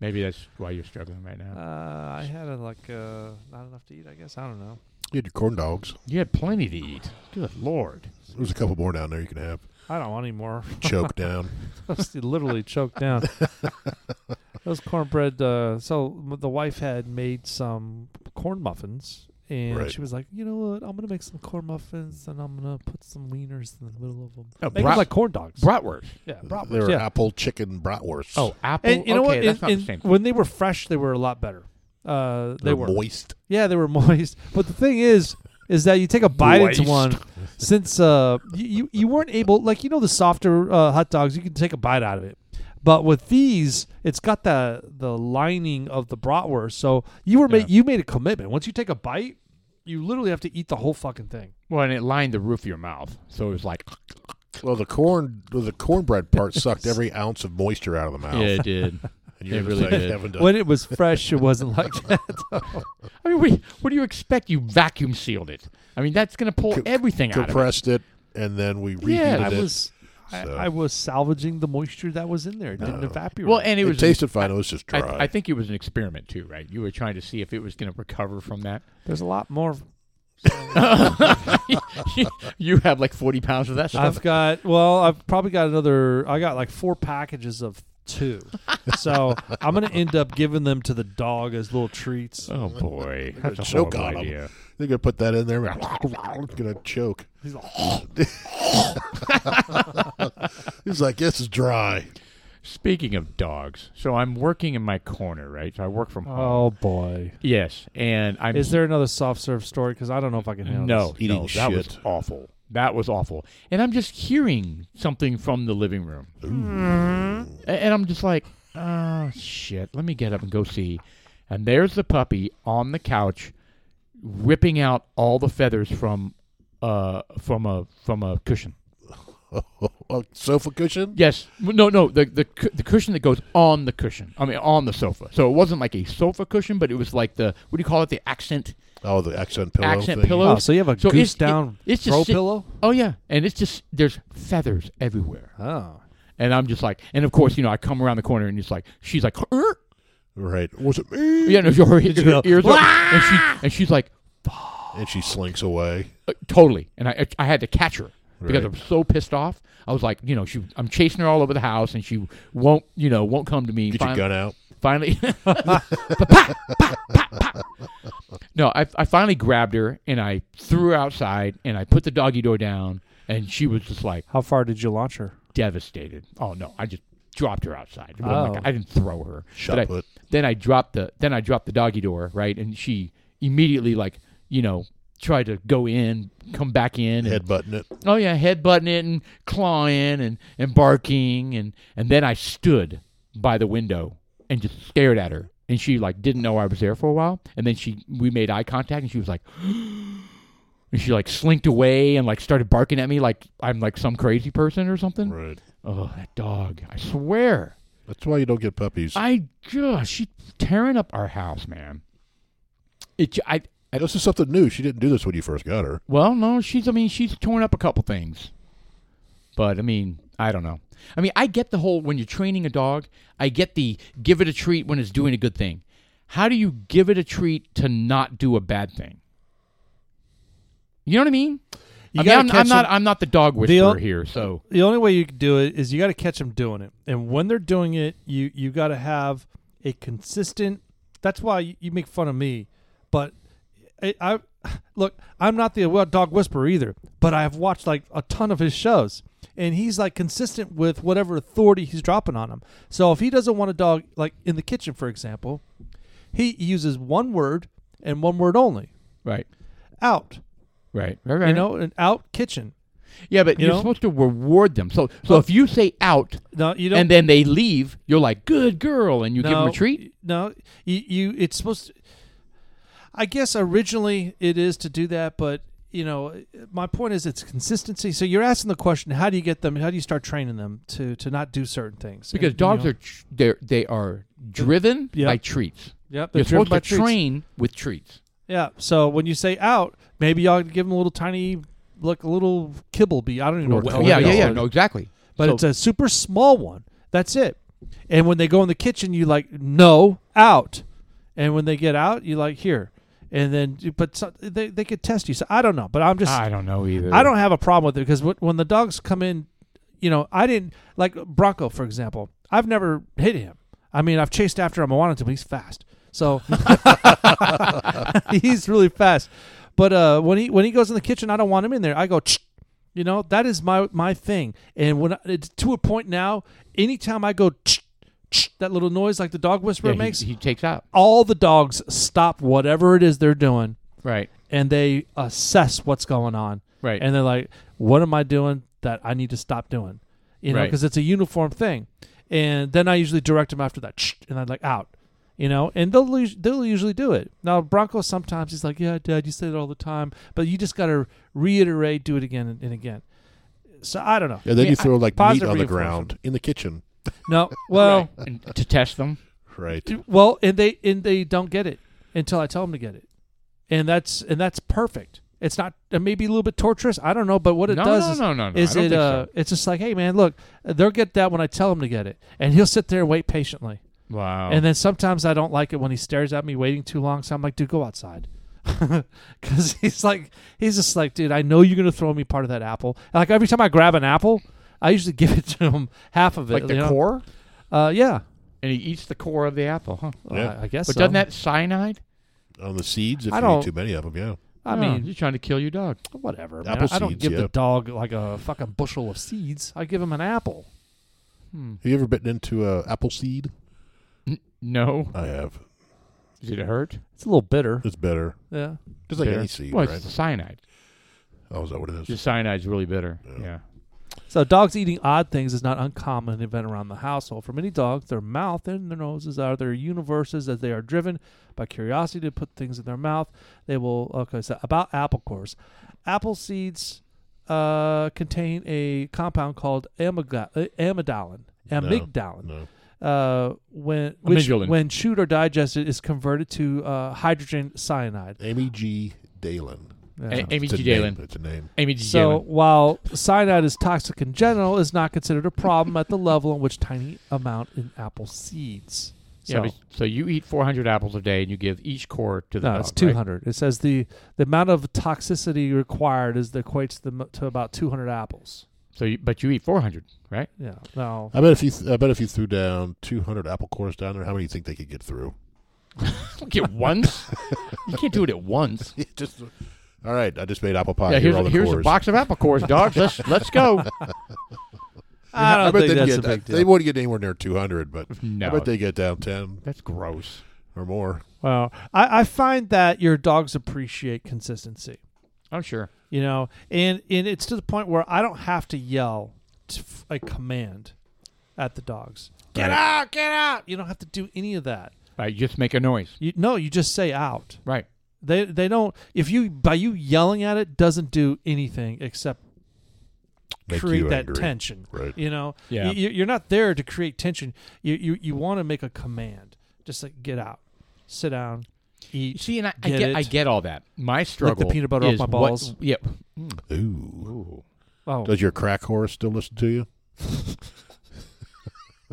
B: Maybe that's why you're struggling right now.
A: Uh, I had a, like uh, not enough to eat. I guess I don't know.
C: You had your corn dogs.
B: You had plenty to eat. Good lord.
C: There's a couple more down there you can have.
A: I don't want any more.
C: Choke down.
A: I was literally choked down. Those cornbread. Uh, so m- the wife had made some corn muffins, and
C: Right.
A: she was like, "You know what? I'm gonna make some corn muffins, and I'm gonna put some wieners in the middle of them.
B: Oh,
A: Make 'em
B: brat-
A: like corn dogs.
B: Bratwurst.
A: yeah,
C: They
A: bratwurst.
C: were
A: Yeah.
C: apple chicken bratwursts.
B: Oh, apple.
A: And you know
B: okay,
A: what?
B: That's
A: And-
B: not
A: and
B: the same.
A: When they were fresh, they were a lot better. Uh, they
C: They're
A: were.
C: moist.
A: Yeah, they were moist. But the thing is, is that you take a bite into one. Since uh, you, you you weren't able, like you know, the softer uh, hot dogs, you can take a bite out of it. But with these, it's got the the lining of the bratwurst. So you were
B: Yeah.
A: made you made a commitment. Once you take a bite, you literally have to eat the whole fucking thing.
B: Well, and it lined the roof of your mouth, so it was like. oh.
C: Well, the corn, the cornbread part sucked every ounce of moisture out of the mouth.
B: it did.
C: and you're
B: it
C: just
B: really
C: like
B: did.
C: having to-
A: When it was fresh, it wasn't like that.
B: I mean, what do, you, what do you expect? You vacuum sealed it. I mean, that's going to pull
C: Co-
B: everything out of it.
C: compressed it. and then we reheated
B: Yeah,
A: I
C: it.
A: was I,
C: So-
A: I was salvaging the moisture that was in there. It didn't evaporate.
B: Well, and it,
C: it,
B: was.
C: tasted fine. It was just
B: I,
C: dry.
B: I think it was an experiment too, right? You were trying to see if it was going to recover from that.
A: there's a lot more.
B: you have like forty pounds of that stuff.
A: I've got well, I've probably got another. I got like four packages of two, so I'm gonna end up giving them to the dog as little treats.
B: oh boy, that's a
C: choke
B: horrible
C: on 'em.
B: idea.
C: They're gonna put that in there. gonna choke. He's like, "This is dry."
B: Speaking of dogs, so I'm working in my corner, right? So I work from home.
A: Oh boy.
B: Yes, and I'm
A: Is there another soft serve story? Because I don't know if I can handle
B: no,
A: this.
C: Eating
B: no, that was
C: shit.
B: awful. That was awful. And I'm just hearing something from the living room. A- And I'm just like, oh, shit, let me get up and go see. And there's the puppy on the couch ripping out all the feathers from uh from a from a cushion.
C: A Oh, sofa cushion?
B: Yes. No, no, the the cu- the cushion that goes on the cushion. I mean on the sofa. So it wasn't like a sofa cushion, but it was like the what do you call it? The accent
C: Oh, the accent pillow.
B: accent
C: thing.
B: pillows.
A: Oh, so you have a
B: it's-
A: goose down
B: it- it's just
A: throw
B: sit-
A: pillow?
B: Oh yeah, and it's just there's feathers everywhere,
A: Oh.
B: and I'm just like, and of course you know I come around the corner and it's like she's like, "Er?"
C: Right. Was it me?
B: yeah, no, her, her
A: go,
B: ears are, and she and she's like,
C: And she slinks away.
B: uh, totally, and I I had to catch her because
C: Right.
B: I'm so pissed off. I was like, you know, she I'm chasing her all over the house, and she won't, you know, won't come to me.
C: Get
B: Finally-
C: your gun out.
B: finally Pa, pa, pa, pa, pa. no I, I finally grabbed her and i threw her outside and i put the doggy door down and she was just like
A: How far did you launch her?
B: devastated oh no i just dropped her outside Well,
A: Oh.
B: like, i didn't throw her
C: Shot
B: But I-
C: put.
B: then i dropped the then i dropped the doggy door right and she immediately like you know tried to go in come back in and,
C: Headbutting it.
B: Oh yeah, headbutting it and clawing and, and barking and, and then I stood by the window and just stared at her. And she like didn't know I was there for a while. And then she we made eye contact and she was like and she like slinked away and like started barking at me like I'm like some crazy person or something.
C: Right.
B: Oh, that dog. I swear.
C: That's why you don't get puppies.
B: I just she tearing up our house, man. It ju- I
C: this is something new. She didn't do this when you first got her.
B: Well, no, she's. I mean, she's torn up a couple things, but I mean, I don't know. I mean, I get the whole when you're training a dog, I get the give it a treat when it's doing a good thing. How do you give it a treat to not do a bad thing? You know what I mean?
A: You
B: I mean,
A: gotta
B: I'm,
A: catch
B: I'm not.
A: them-
B: I'm not the dog
A: The
B: whisperer
A: o-
B: here. So
A: The only way you can do it is you got to catch them doing it, and when they're doing it, you you got to have a consistent. That's why you, you make fun of me, but I, I look. I'm not the well, dog whisperer either, but I have watched like a ton of his shows, and he's like consistent with whatever authority he's dropping on him. So if he doesn't want a dog, like in the kitchen, for example, he uses one word and one word only.
B: right,
A: Out,
B: right, right, right.
A: you know, an out kitchen.
B: yeah, but
A: you
B: you are
A: know?
B: supposed to reward them. So, so if you say out
A: No, you don't.
B: and then they leave, you're like good girl, and you give them a treat.
A: No, you, you it's supposed to. I guess originally it is to do that, but you know, my point is it's consistency. So you're asking the question: How do you get them? How do you start training them to to not do certain things?
B: because
A: And, you
B: dogs
A: know-
B: are tr- they're, they are driven
A: Yeah.
B: by treats.
A: Yep, they're
B: You're
A: driven
B: supposed
A: by
B: to
A: treats.
B: train with treats.
A: yeah. So when you say out, maybe y'all give them a little tiny, like a little kibble bee. I don't even know. what
B: Well,
A: color
B: yeah,
A: it
B: yeah,
A: is.
B: yeah. No, exactly.
A: but
B: So-
A: it's a super small one. That's it. And when they go in the kitchen, you like no out, and when they get out, you like here, and then but so, they they could test you. So I don't know, but I'm just
B: I don't know either.
A: I don't have a problem with it because when the dogs come in, you know, I didn't like Bronco for example. I've never hit him. I mean, I've chased after him. I wanted to, but he's fast. So he's really fast. But uh, when he when he goes in the kitchen, I don't want him in there. I go, "Tch." you know, that is my my thing. And when I, it's to a point now, anytime I go, "Tch, tch," that little noise like the dog whisperer
B: Yeah, he,
A: makes,
B: he takes out
A: all the dogs stop whatever it is they're doing
B: right.
A: and they assess what's going on.
B: Right.
A: And they're like, what am I doing that I need to stop doing? You know,
B: Right.
A: because it's a uniform thing. And then I usually direct them after that, "Shh," and I'm like, out. You know, and they'll us- they'll usually do it. Now Bronco sometimes he's like, yeah, Dad, you say that all the time, but you just got to reiterate, do it again and, and again. So I don't know.
C: And then
B: Yeah,
C: you throw like meat
A: positive
C: on the
A: reinforcement.
C: ground in the kitchen.
A: No, well,
B: Right. Oh. And to test them.
C: Right.
A: well, and they and they don't get it until I tell them to get it, and that's and that's perfect. It's not it may be a little bit torturous. I don't know, but what it
B: No,
A: does
B: no,
A: is,
B: no, no, no.
A: is
B: I don't
A: it
B: think
A: uh,
B: so.
A: it's just like, hey man, look, they'll get that when I tell them to get it, and he'll sit there and wait patiently.
B: Wow.
A: And then sometimes I don't like it when he stares at me waiting too long, so I'm like, dude, go outside. Because he's like, he's just like, dude, I know you're gonna throw me part of that apple. And, like every time I grab an apple, I usually give it to him half of it.
B: like the
A: you know?
B: core,
A: Uh, yeah,
B: and he eats the core of the apple, huh? But
C: Yeah.
A: I, I guess. so.
B: doesn't that cyanide?
C: On the seeds, if
A: I
C: you
A: don't-
C: eat too many of them, yeah.
A: I
B: No,
A: mean,
B: you're trying to kill your dog.
A: whatever. Man.
C: Apple
A: I don't
C: seeds,
A: give
C: yeah.
A: the dog like a fucking bushel of seeds. I give him an apple.
C: Have you ever bitten into uh, apple seed?
B: No.
C: I have.
B: Did it hurt?
A: It's a little bitter.
C: It's better.
A: Yeah.
C: Just like
B: Bitter?
C: any seed,
B: well,
C: right?
B: it's cyanide.
C: Oh, is that what it is?
B: Just cyanide's really bitter. Yeah.
A: So dogs eating odd things is not uncommon an event around the household. For many dogs, their mouth and their noses are their universes as they are driven by curiosity to put things in their mouth. They will okay, so about apple cores. Apple seeds uh, contain a compound called amiga- uh, amygdalin. Amygdalin.
C: no.
A: Uh, when which,
B: Amygdalin.
A: when chewed or digested is converted to uh, hydrogen cyanide.
C: Amy G. Dalen.
A: Yeah.
B: A- Amy
C: It's a
B: G.
C: name.
B: Dalen.
C: It's a name.
B: Amy G.
A: So
B: Dalen.
A: while cyanide is toxic in general, is not considered a problem at the level in which tiny amount in apple seeds.
B: Yeah,
A: So,
B: but- so you eat 400 apples a day and you give each core to the
A: no,
B: dog,
A: it's
B: right?
A: 200. It says the, the amount of toxicity required is equates to, the, to about 200 apples.
B: So, you, but you eat 400, right?
A: Yeah. Now,
C: I bet if you, th- I bet if you threw down 200 apple cores down there, how many do you think they could get through?
B: Get once. you can't do it at once.
C: just, all right. I just made apple pie.
B: yeah, here's,
C: Here are all the
B: here's a
C: cores.
B: box of apple cores, dogs. Let's let's go.
A: I don't think
C: bet they'd
A: that's
C: get-
A: a big deal.
C: They wouldn't get anywhere near 200, but
B: No.
C: I bet they get down 10
B: That's gross.
C: or more.
A: well, I, I find that your dogs appreciate consistency.
B: I'm Oh, sure.
A: you know and and it's to the point where i don't have to yell to f- a command at the dogs get out get out you don't have to do any of that
B: Right, just make a noise.
A: you no you just say out
B: Right.
A: they they don't if you by you yelling at it doesn't do anything except
C: Make
A: create
C: you
A: that
C: angry.
A: tension
C: Right.
A: you know
B: Yeah.
A: you, you're not there to create tension you you, you want to make a command just like get out sit down
B: You
A: eat
B: see, and I, I
A: Get
B: get
A: it?
B: I get all that. My struggle
A: peanut butter off
B: is
A: my
B: what-
A: balls.
B: yep.
C: Ooh.
A: oh
C: Does your crack horse still listen to you?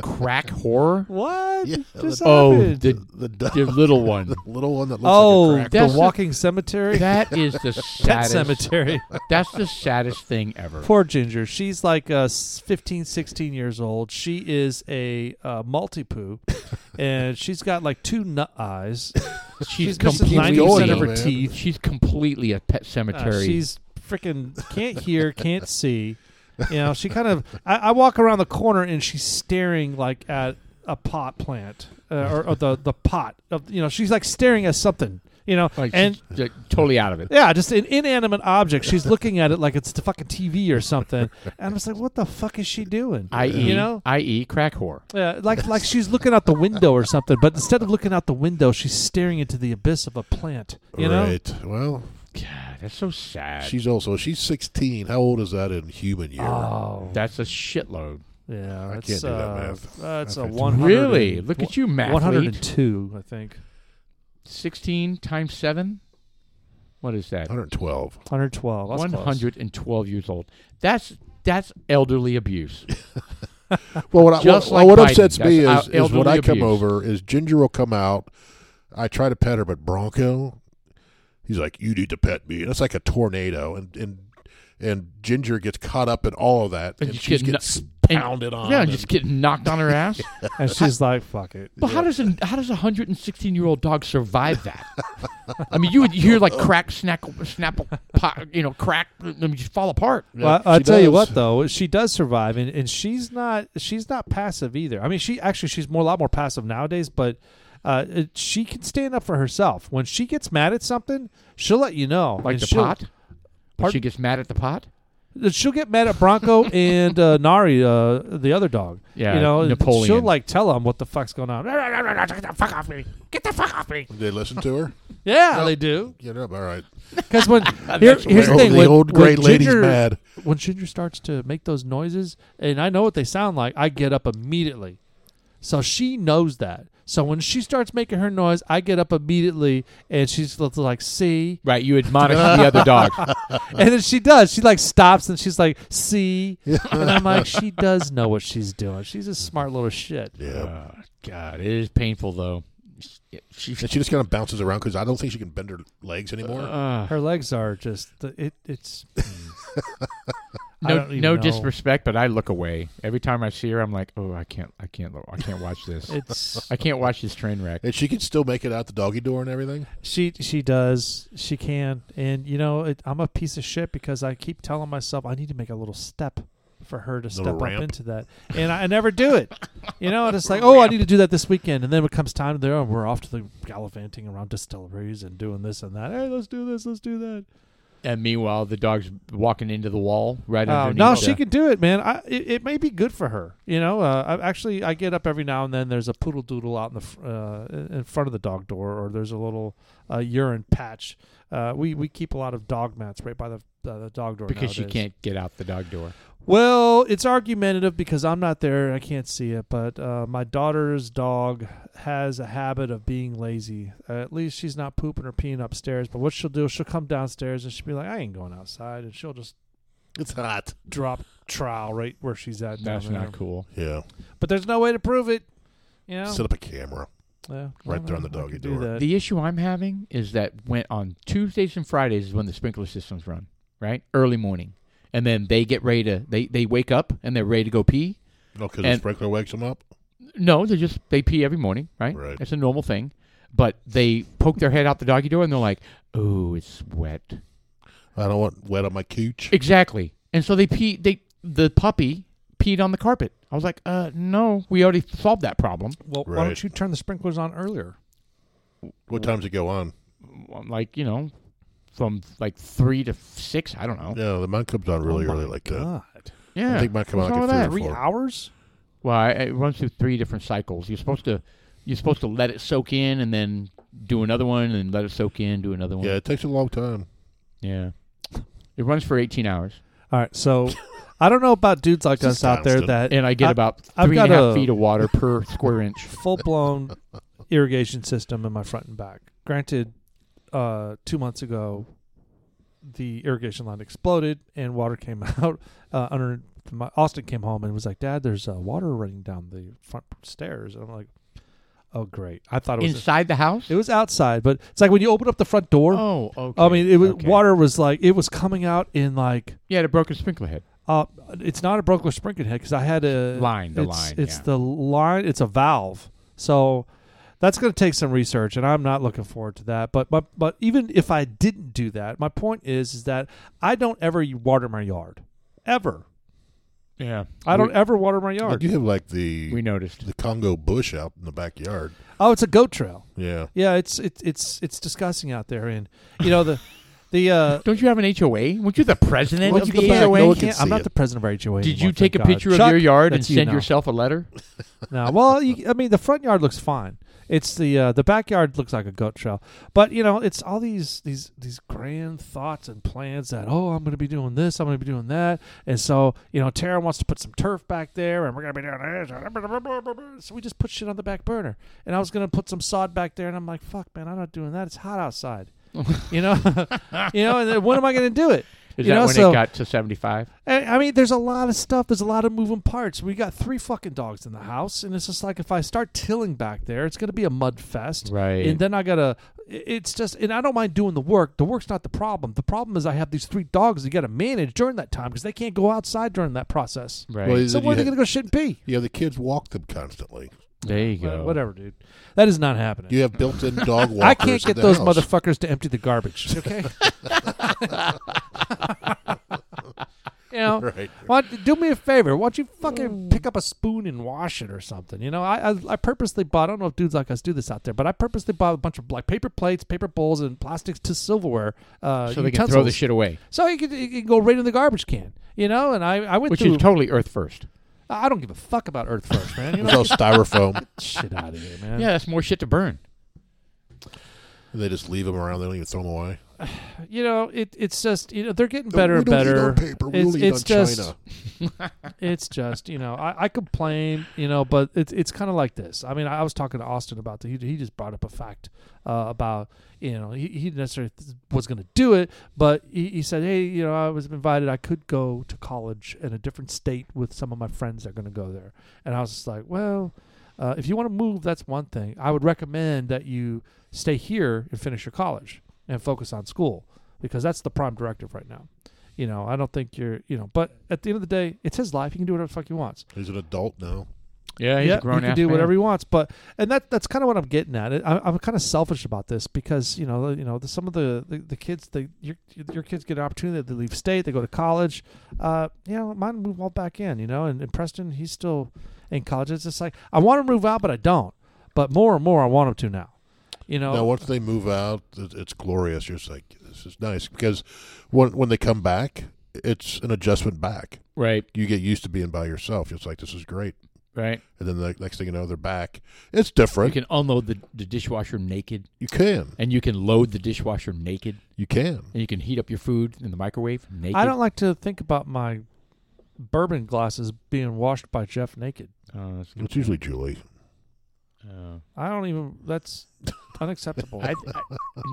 B: Crack horror.
A: what just
B: Oh,
A: happened?
B: the,
C: The, dog-
B: the little one.
C: little one that looks
A: oh
C: like a crack
A: the
B: that's-
C: horse.
A: walking cemetery
B: That is the
A: pet
B: saddest.
A: cemetery
B: That's the saddest thing ever.
A: Poor Ginger. She's like uh, s- 15, 16 years old. She is a uh, multi poo, and she's got like two nut eyes.
B: she's
A: missing
B: completely
A: 90% of her
C: man.
A: teeth.
B: She's completely a pet
A: Uh,
B: cemetery.
A: she's freaking can't hear, can't see. You know, she kind of. I, I walk around the corner and she's staring like at a pot plant uh, or, or the the pot of you know. She's like staring at something. You know,
B: like,
A: and
B: she's ju- totally out of it.
A: Yeah, just an inanimate object. She's looking at it like it's the fucking TV or something. And I'm just like, what the fuck is she doing?
B: I eat.
A: you know,
B: I eat crack whore.
A: yeah, like like she's looking out the window or something. But instead of looking out the window, she's staring into the abyss of a plant. You know,
C: Right. Well,
B: God, that's so sad.
C: she's also she's 16. How old is that in human year?
A: oh,
B: that's a shitload.
A: yeah,
C: I
A: it's,
C: can't do that
A: uh,
C: math.
A: That's a
C: That's
A: one.
B: Really? Look at you, math.
A: One hundred and two, I think.
B: 16 times 7? What is that?
C: 112.
A: One hundred twelve.
B: 112 years old. That's that's elderly abuse.
C: Well, what, I,
B: Just
C: well,
B: like
C: what
B: Biden.
C: upsets me
B: That's
C: is,
B: el-
C: is when I
B: elderly
C: come
B: abuse.
C: over is Ginger will come out. I try to pet her, but Bronco, he's like, "You need to pet me." And it's like a tornado, and and and Ginger gets caught up in all of that,
B: And
C: and,
B: just
C: she's
B: get
C: gets
B: And-
C: pounded on.
B: Yeah,
C: and-
B: just getting knocked on her ass.
A: And she's like, "Fuck it."
B: But how does a how does a hundred and sixteen year old dog survive that? I mean, you would hear like crack, snack, snapple, pop, you know, crack, I mean, just fall apart.
C: Yeah,
A: well, I'll
C: she
A: tell you
C: does.
A: what, though, she does survive, and, and she's not she's not passive either. I mean, she actually she's more a lot more passive nowadays, but uh, it- she can stand up for herself. When she gets mad at something, she'll let you know.
B: Like
A: and
B: the
A: she'll,
B: pot. When she gets mad at the pot.
A: She'll get mad at Bronco and uh, Nari, uh, the other dog.
B: Yeah,
A: you know,
B: Napoleon.
A: She'll like tell him what the fuck's going on.
E: Get the fuck off me! Get the fuck off me!
C: Did they listen to her.
A: Yeah, they do.
C: Get up, all right.
A: Because when here- here's the
C: Oh,
A: thing,
C: the
A: when,
C: old
A: when
C: great lady's
A: Ginger-
C: mad.
A: when Ginger starts to make those noises, and I know what they sound like, I get up immediately. So she knows that. So when she starts making her noise, I get up immediately, and she's l- like, "See,"
B: Right, you admonish the other dog.
C: Uh.
A: and then she does. She like stops and she's like, "See," and I'm like, "She does know what she's doing. She's a smart little shit."
C: Yeah,
B: Oh, God, it is painful though. She,
C: and she just kind of bounces around because I don't think she can bend her legs anymore.
B: uh,
A: Her legs are just th- it. It's I
B: no,
A: don't even
B: no
A: know.
B: disrespect, but I look away every time I see her. I'm like, oh, I can't, I can't, I can't watch this.
A: it's
B: I can't watch this train wreck.
C: and she can still make it out the doggy door and everything.
A: She she does. She can. And you know, it, I'm a piece of shit because I keep telling myself I need to make a little step for her to
C: Little
A: step
C: ramp.
A: up into that. And I, I never do it. You know, and it's like, oh, I need to do that this weekend. And then when it comes time there, we're off to the gallivanting around distilleries and doing this and that. Hey, let's do this, let's do that.
B: And meanwhile, the dog's walking into the wall right
A: Oh,
B: underneath.
A: no,
B: the-
A: she could do it, man. I, it, it may be good for her. You know, uh, I, actually, I get up every now and then. There's a poodle doodle out in the fr- uh, in front of the dog door, or there's a little uh, urine patch. Uh, we we keep a lot of dog mats right by the uh, the dog door
B: because she
A: nowadays.
B: can't get out the dog door.
A: Well, it's argumentative because I'm not there. and I can't see it, but uh, my daughter's dog has a habit of being lazy. Uh, at least she's not pooping or peeing upstairs. But what she'll do, she'll come downstairs and she'll be like, "I ain't going outside," and she'll just
C: It's hot.
A: drop trowel right where she's at.
B: That's
A: down there.
B: not cool.
C: Yeah.
A: But there's no way to prove it. You know?
C: Set up a camera.
A: yeah,
C: right
A: I
C: there on the
A: don't know if I
C: doggy
A: could do
C: door.
A: that.
B: The issue I'm having is that when on Tuesdays and Fridays is when the sprinkler systems run, right? Early morning. And then they get ready to they, they wake up and they're ready to go pee.
C: No, because Oh, the
B: And-
C: sprinkler wakes them up.
B: No, they just they pee every morning, right?
C: Right.
B: It's a normal thing. But they poke their head out the doggy door and they're like, "Oh, it's wet."
C: I don't want wet on my cooch.
B: Exactly. And so they pee. They the puppy peed on the carpet. I was like, "Uh, no, we already solved that problem."
A: Well, why
C: Right.
A: don't you turn the sprinklers on earlier?
C: What time's it go on?
B: I'm Like you know, from like three to six. I don't know.
C: Yeah, the mine comes on really
A: Oh my
C: early like that.
A: God,
B: Yeah.
C: I think mine come
B: What's
C: on
B: wrong
C: like
B: with
C: at
B: that?
C: three
A: three
C: or four.
A: hours?
B: Well, I- it runs through three different cycles. You're supposed to you're supposed to let it soak in and then do another one and let it soak in, do another one.
C: Yeah, it takes a long time.
B: Yeah. It runs for 18 hours,
A: All right, so I don't know about dudes like
C: This
A: us
C: is
A: out there
C: constant.
A: that
B: and I get
A: I-
B: about
A: I've
B: three and a
A: got
B: half
A: a-
B: feet of water per square inch.
A: full blown irrigation system in my front and back. Granted, uh, two months ago, the irrigation line exploded and water came out. Uh, under my Austin came home and was like, "Dad, there's uh, water running down the front stairs." And I'm like, "Oh, great! I thought it was
B: Inside the house?
A: it was outside, but it's like when you open up the front door.
B: oh, okay.
A: I mean, it was
B: okay.
A: water was like it was coming out in like."
B: You had a broken sprinkler head.
A: Uh, it's not a Broker sprinkler head because I had a
B: Line, the
A: it's,
B: line,
A: It's
B: yeah.
A: the line. It's a valve. So that's going to take some research, and I'm not looking forward to that. But but but even if I didn't do that, my point is is that I don't ever water my yard, ever.
B: Yeah.
A: I don't
B: We,
A: ever water my
C: Like
A: yard.
C: you have like the
B: we noticed.
C: the Congo bush out in the backyard.
A: Oh, it's a goat trail.
C: Yeah.
A: Yeah, it's it's it's it's disgusting out there, and you know the the. Uh,
B: Don't you have an HOA? Weren't you the president
C: Look
B: of
C: at
B: the
C: the back.
B: HOA?
C: No one can
A: can't- I'm
C: see
A: not
C: it.
A: the president of our HOA.
B: Did
A: anymore,
B: you take a
A: thank God.
B: picture of
A: Chuck,
B: your yard and
A: that's you
B: send
A: now.
B: yourself a letter?
A: No, well, you, I mean, the front yard looks fine. It's the uh, the backyard looks like a goat trail, but you know, it's all these these these grand thoughts and plans that oh, I'm going to be doing this, I'm going to be doing that, and so you know, Tara wants to put some turf back there, and we're going to be doing this. So we just put shit on the back burner, and I was going to put some sod back there, and I'm like, fuck, man, I'm not doing that. It's hot outside, you know, you know, and then when am I going to do it?
B: Is
A: you
B: that
A: know,
B: when
A: so-
B: it got to 75?
A: I I mean, there's a lot of stuff. There's a lot of moving parts. We got three fucking dogs in the house, and it's just like if I start tilling back there, it's gonna be a mud fest.
B: Right.
A: And then I gotta. i- It's just, and I don't mind doing the work. The work's not the problem. The problem is I have these three dogs. You gotta manage during that time because they can't go outside during that process.
B: Right.
C: Well,
A: So
C: you
A: where are they
C: had-
A: gonna go shit and pee?
C: Yeah, the kids walk them constantly.
B: there you
A: Wha-
B: go.
A: Whatever, dude. That is not happening.
C: You have built-in dog walkers.
A: I can't
C: in
A: get
C: the
A: those
C: house.
A: motherfuckers to empty the garbage. Okay. you know,
C: Right.
A: what, do me a favor. Why don't you fucking pick up a spoon and wash it or something? You know, I, I I purposely bought. I don't know if dudes like us do this out there, but I purposely bought a bunch of like paper plates, paper bowls, and plastics to silverware. Uh,
B: so they can throw the
A: utensils.
B: shit away,
A: So you can, you can go right in the garbage can. You know, and I I went
B: which
A: through.
B: is totally earth first.
A: I don't give a fuck about Earth First, man. You
C: It's
A: know,
C: all styrofoam.
A: get shit out of here, man.
B: Yeah, that's more shit to burn.
C: They just leave them around. They don't even throw them away.
A: you know, it it's just you know they're getting
C: No,
A: better
C: we
A: and
C: don't eat
A: better.
C: on paper. We
A: it's
C: only eat
A: it's
C: on
A: just
C: China.
A: it's just you know I, I complain you know, but it's it's kind of like this. I mean, I was talking to Austin about the, he he just brought up a fact uh, about you know he he didn't necessarily th- was going to do it, but he, he said hey you know I was invited I could go to college in a different state with some of my friends that are going to go there, and I was just like well. Uh, if you want to move, that's one thing. I would recommend that you stay here and finish your college and focus on school because that's the prime directive right now. You know, I don't think you're, you know, but at the end of the day, it's his life. He can do whatever the fuck he wants.
C: He's an adult now.
B: Yeah, he's
A: yeah,
B: a grown
A: he can
B: ass
A: do
B: man.
A: whatever he wants. But and that that's kind of what I'm getting at. I, I'm kind of selfish about this because you know you know the, some of the the, the kids the your your kids get an opportunity they leave state they go to college. Uh, you know mine move all back in. You know, and, and Preston he's still in college. It's just like I want to move out, but I don't. But more and more I want him to now. You know,
C: Now, once they move out, it- it's glorious. You're just like, this is nice because when when they come back, it's an adjustment back.
B: Right,
C: You get used to being by yourself. It's like this is great,
B: right.
C: and then the next thing you know, they're back. It's
B: You
C: different.
B: can unload the, the dishwasher naked,
C: You can,
B: and you can load the dishwasher naked,
C: you can.
B: and you can heat up your food in the microwave naked.
A: I don't like to think about my bourbon glasses being washed by Jeff naked.
B: Oh, that's good.
C: It's usually Julie.
B: Oh.
A: I don't even. That's unacceptable.
B: I, I,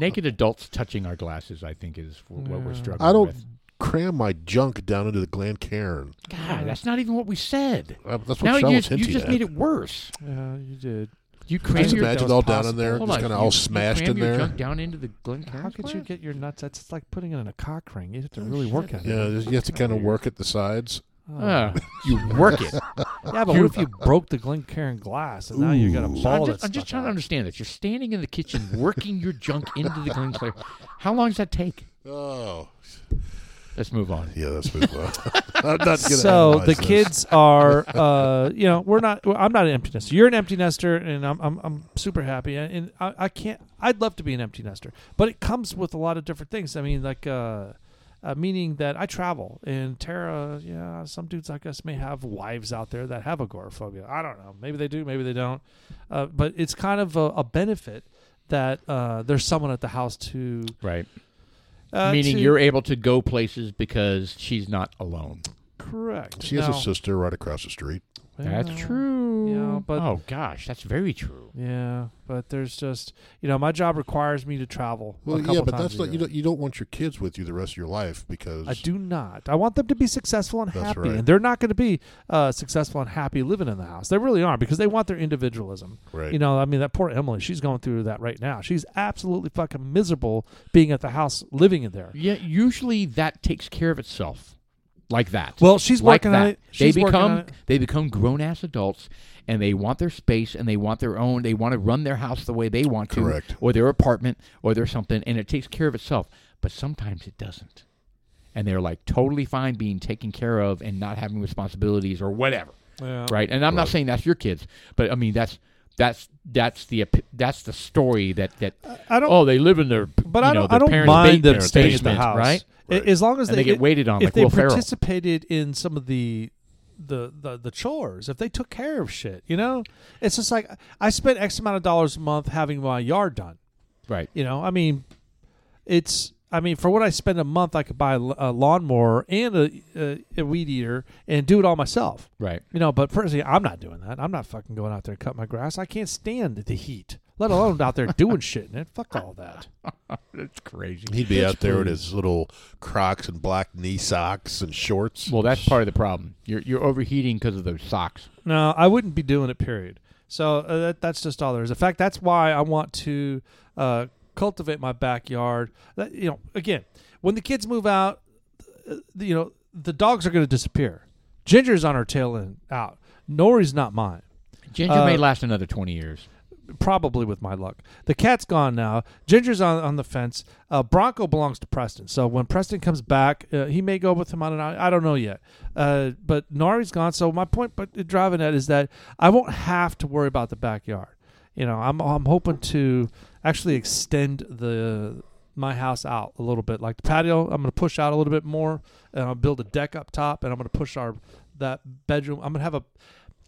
B: naked adults touching our glasses, I think, is wh- what we're
A: Yeah.
B: struggling
C: I don't
B: with.
C: cram my junk down into the Glen Cairn.
B: God, that's not even what we said.
C: Uh, That's what
B: Now
C: Sean
B: you,
C: was
B: you
C: hinting
B: just
C: at.
B: made it worse.
A: yeah, you did.
B: You crammed
C: just
B: your
C: imagine
A: that
C: all
A: was
C: down in
A: possible.
C: there,
B: Hold
C: just
B: on,
C: kind
B: you-
C: of all
B: you
C: smashed
B: cram
C: in
B: your
C: there.
B: junk down into the Glen
A: How
B: Cairns
A: could you
B: plant?
A: get your nuts? That's it's like putting it in a cock ring. You have
B: Oh,
A: to really work at
C: Yeah,
A: it.
C: you have to kind of work at the sides.
A: Oh.
B: Ah, you work it.
A: yeah, but what if you broke the Glencairn glass and now you got a
B: So I'm
A: ball
B: just,
A: that's
B: I'm just
A: stuck
B: trying
A: out?
B: to understand this. You're standing in the kitchen working your junk into the Glen Cairn. How long does that take?
C: Oh,
B: Let's move on.
C: yeah, that's been fun. I'm not gonna
A: So
C: analyze
A: the
C: this.
A: kids are, uh, you know, we're not. well, I'm not an empty nester. You're an empty nester, and I'm I'm, I'm super happy. And, and I, I can't. I'd love to be an empty nester, but it comes with a lot of different things. I mean, like. Uh, uh, meaning that I travel and Tara, yeah, some dudes like us may have wives out there that have agoraphobia. I don't know. Maybe they do, maybe they don't. Uh, but it's kind of a, a benefit that uh, there's someone at the house to.
B: Right.
A: Uh,
B: Meaning
A: to-
B: you're able to go places because she's not alone.
A: correct.
C: She has a
A: Now-
C: sister right across the street.
B: That's
A: Well,
B: true.
A: yeah, but-
B: oh gosh, that's very true.
A: Yeah, but there's just you know my job requires me to travel. a
C: Well,
A: couple
C: yeah, but
A: times
C: that's
A: a
C: not you
A: year.
C: don't you don't want your kids with you the rest of your life because
A: I do not. I want them to be successful and
C: That's
A: happy,
C: right.
A: and they're not going to be uh, successful and happy living in the house. They really aren't because they want their individualism.
C: Right.
A: You know, I mean that poor Emily. She's going through that right now. She's absolutely fucking miserable being at the house living in there.
B: Yeah, usually that takes care of itself. Like that.
A: Well, she's
B: like
A: working
B: that.
A: on it. She's
B: they
A: working
B: become
A: on it.
B: they become grown ass adults and they want their space and they want their own they want to run their house the way they want to
C: Correct.
B: or their apartment or their something and it takes care of itself. But sometimes it doesn't. And they're like totally fine being taken care of and not having responsibilities or whatever.
A: Yeah.
B: Right? And I'm not saying that's your kids, but I mean that's that's that's the epi- that's the story that that
A: I don't-
B: oh they live in their
A: But
B: you
A: I
B: know,
A: don't,
B: their
A: I don't
B: parents'
A: mind
B: ba-
A: them
B: their
A: staying in the
B: basement,
A: house,
B: right?
A: A- As long as
B: And
A: they,
B: they get waited on
A: if
B: like
A: they
B: Will Ferrell.
A: participated in some of the the, the the chores, if they took care of shit, you know, it's just like I spent X amount of dollars a month having my yard done.
B: Right.
A: You know, I mean, it's I mean for what I spend a month, I could buy a l- a lawnmower and a, a, a weed eater and do it all myself.
B: Right.
A: You know, but personally, I'm not doing that. I'm not fucking going out there and cut my grass. I can't stand the heat, let alone out there doing shit in it. Fuck all that.
B: That's crazy.
C: He'd be out there with his little Crocs and black knee socks and shorts.
B: Well, that's part of the problem. You're you're overheating because of those socks.
A: No, I wouldn't be doing it. Period. So uh, that, that's just all there is. In fact, that's why I want to uh, cultivate my backyard. That, you know, again, when the kids move out, uh, you know, the dogs are going to disappear. Ginger's on her tail end out. Nori's not mine.
B: Ginger
A: Uh,
B: may last another twenty years.
A: Probably with my luck. The cat's gone now. Ginger's on, on the fence. Uh, Bronco belongs to Preston. So when Preston comes back, uh, he may go with him on an I I don't know yet. Uh, but Nari's gone. So my point, but driving at is that I won't have to worry about the backyard. You know, I'm I'm hoping to actually extend the my house out a little bit. Like the patio, I'm going to push out a little bit more, and I'll build a deck up top, and I'm going to push our that bedroom. I'm going to have a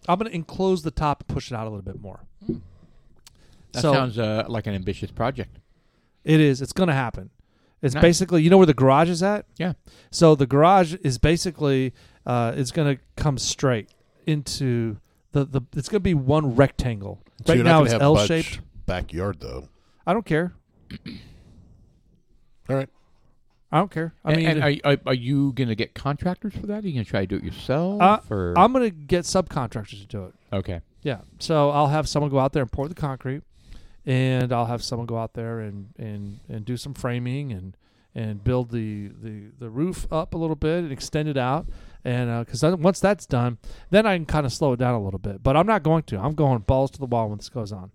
A: I'm going to enclose the top and push it out a little bit more.
B: That
A: so
B: sounds uh, like an ambitious project.
A: it is. It's going to happen. It's
B: Nice.
A: basically you know where the garage is at.
B: Yeah.
A: So the garage is basically uh, it's going to come straight into the the. It's going to be one rectangle.
C: So
A: right
C: you're not
A: now
C: gonna
A: it's
C: have much
A: L shaped.
C: backyard though.
A: I don't care.
C: All right.
A: I don't care. I
B: I
A: mean,
B: mean, and, are, are, are you going to get contractors for that? Are you going to try to do it yourself?
A: Uh,
B: or
A: I'm going to get subcontractors to do it.
B: okay.
A: Yeah. So I'll have someone go out there and pour the concrete, and I'll have someone go out there and and and do some framing and and build the the the roof up a little bit and extend it out. and because once that's done, then I can kind of slow it down a little bit. But I'm not going to. I'm going balls to the wall when this goes on.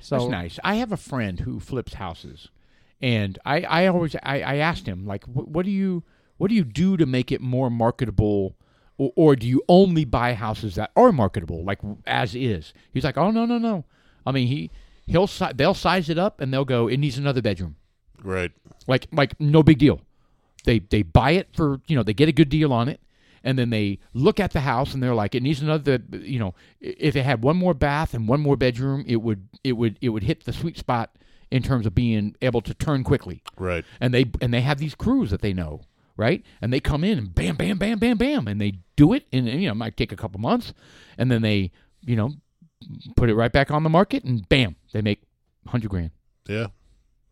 A: So
B: That's nice. I have a friend who flips houses, and I, I always I, I asked him like, "Wh- what do you what do you do to make it more marketable, or, or do you only buy houses that are marketable, like as is? He's like, oh no no no. I mean he he'll si- they'll size it up and they'll go it needs another bedroom,
C: Right.
B: like like no big deal. They they buy it for you know they get a good deal on it. And then they look at the house and they're like, it needs another. You know, i- if it had one more bath and one more bedroom, it would it would it would hit the sweet spot in terms of being able to turn quickly.
C: Right.
B: And they and they have these crews that they know, right? And they come in and bam, bam, bam, bam, bam, and they do it. And, and you know, it might take a couple months, and then they you know put it right back on the market, and bam, they make hundred grand.
C: Yeah.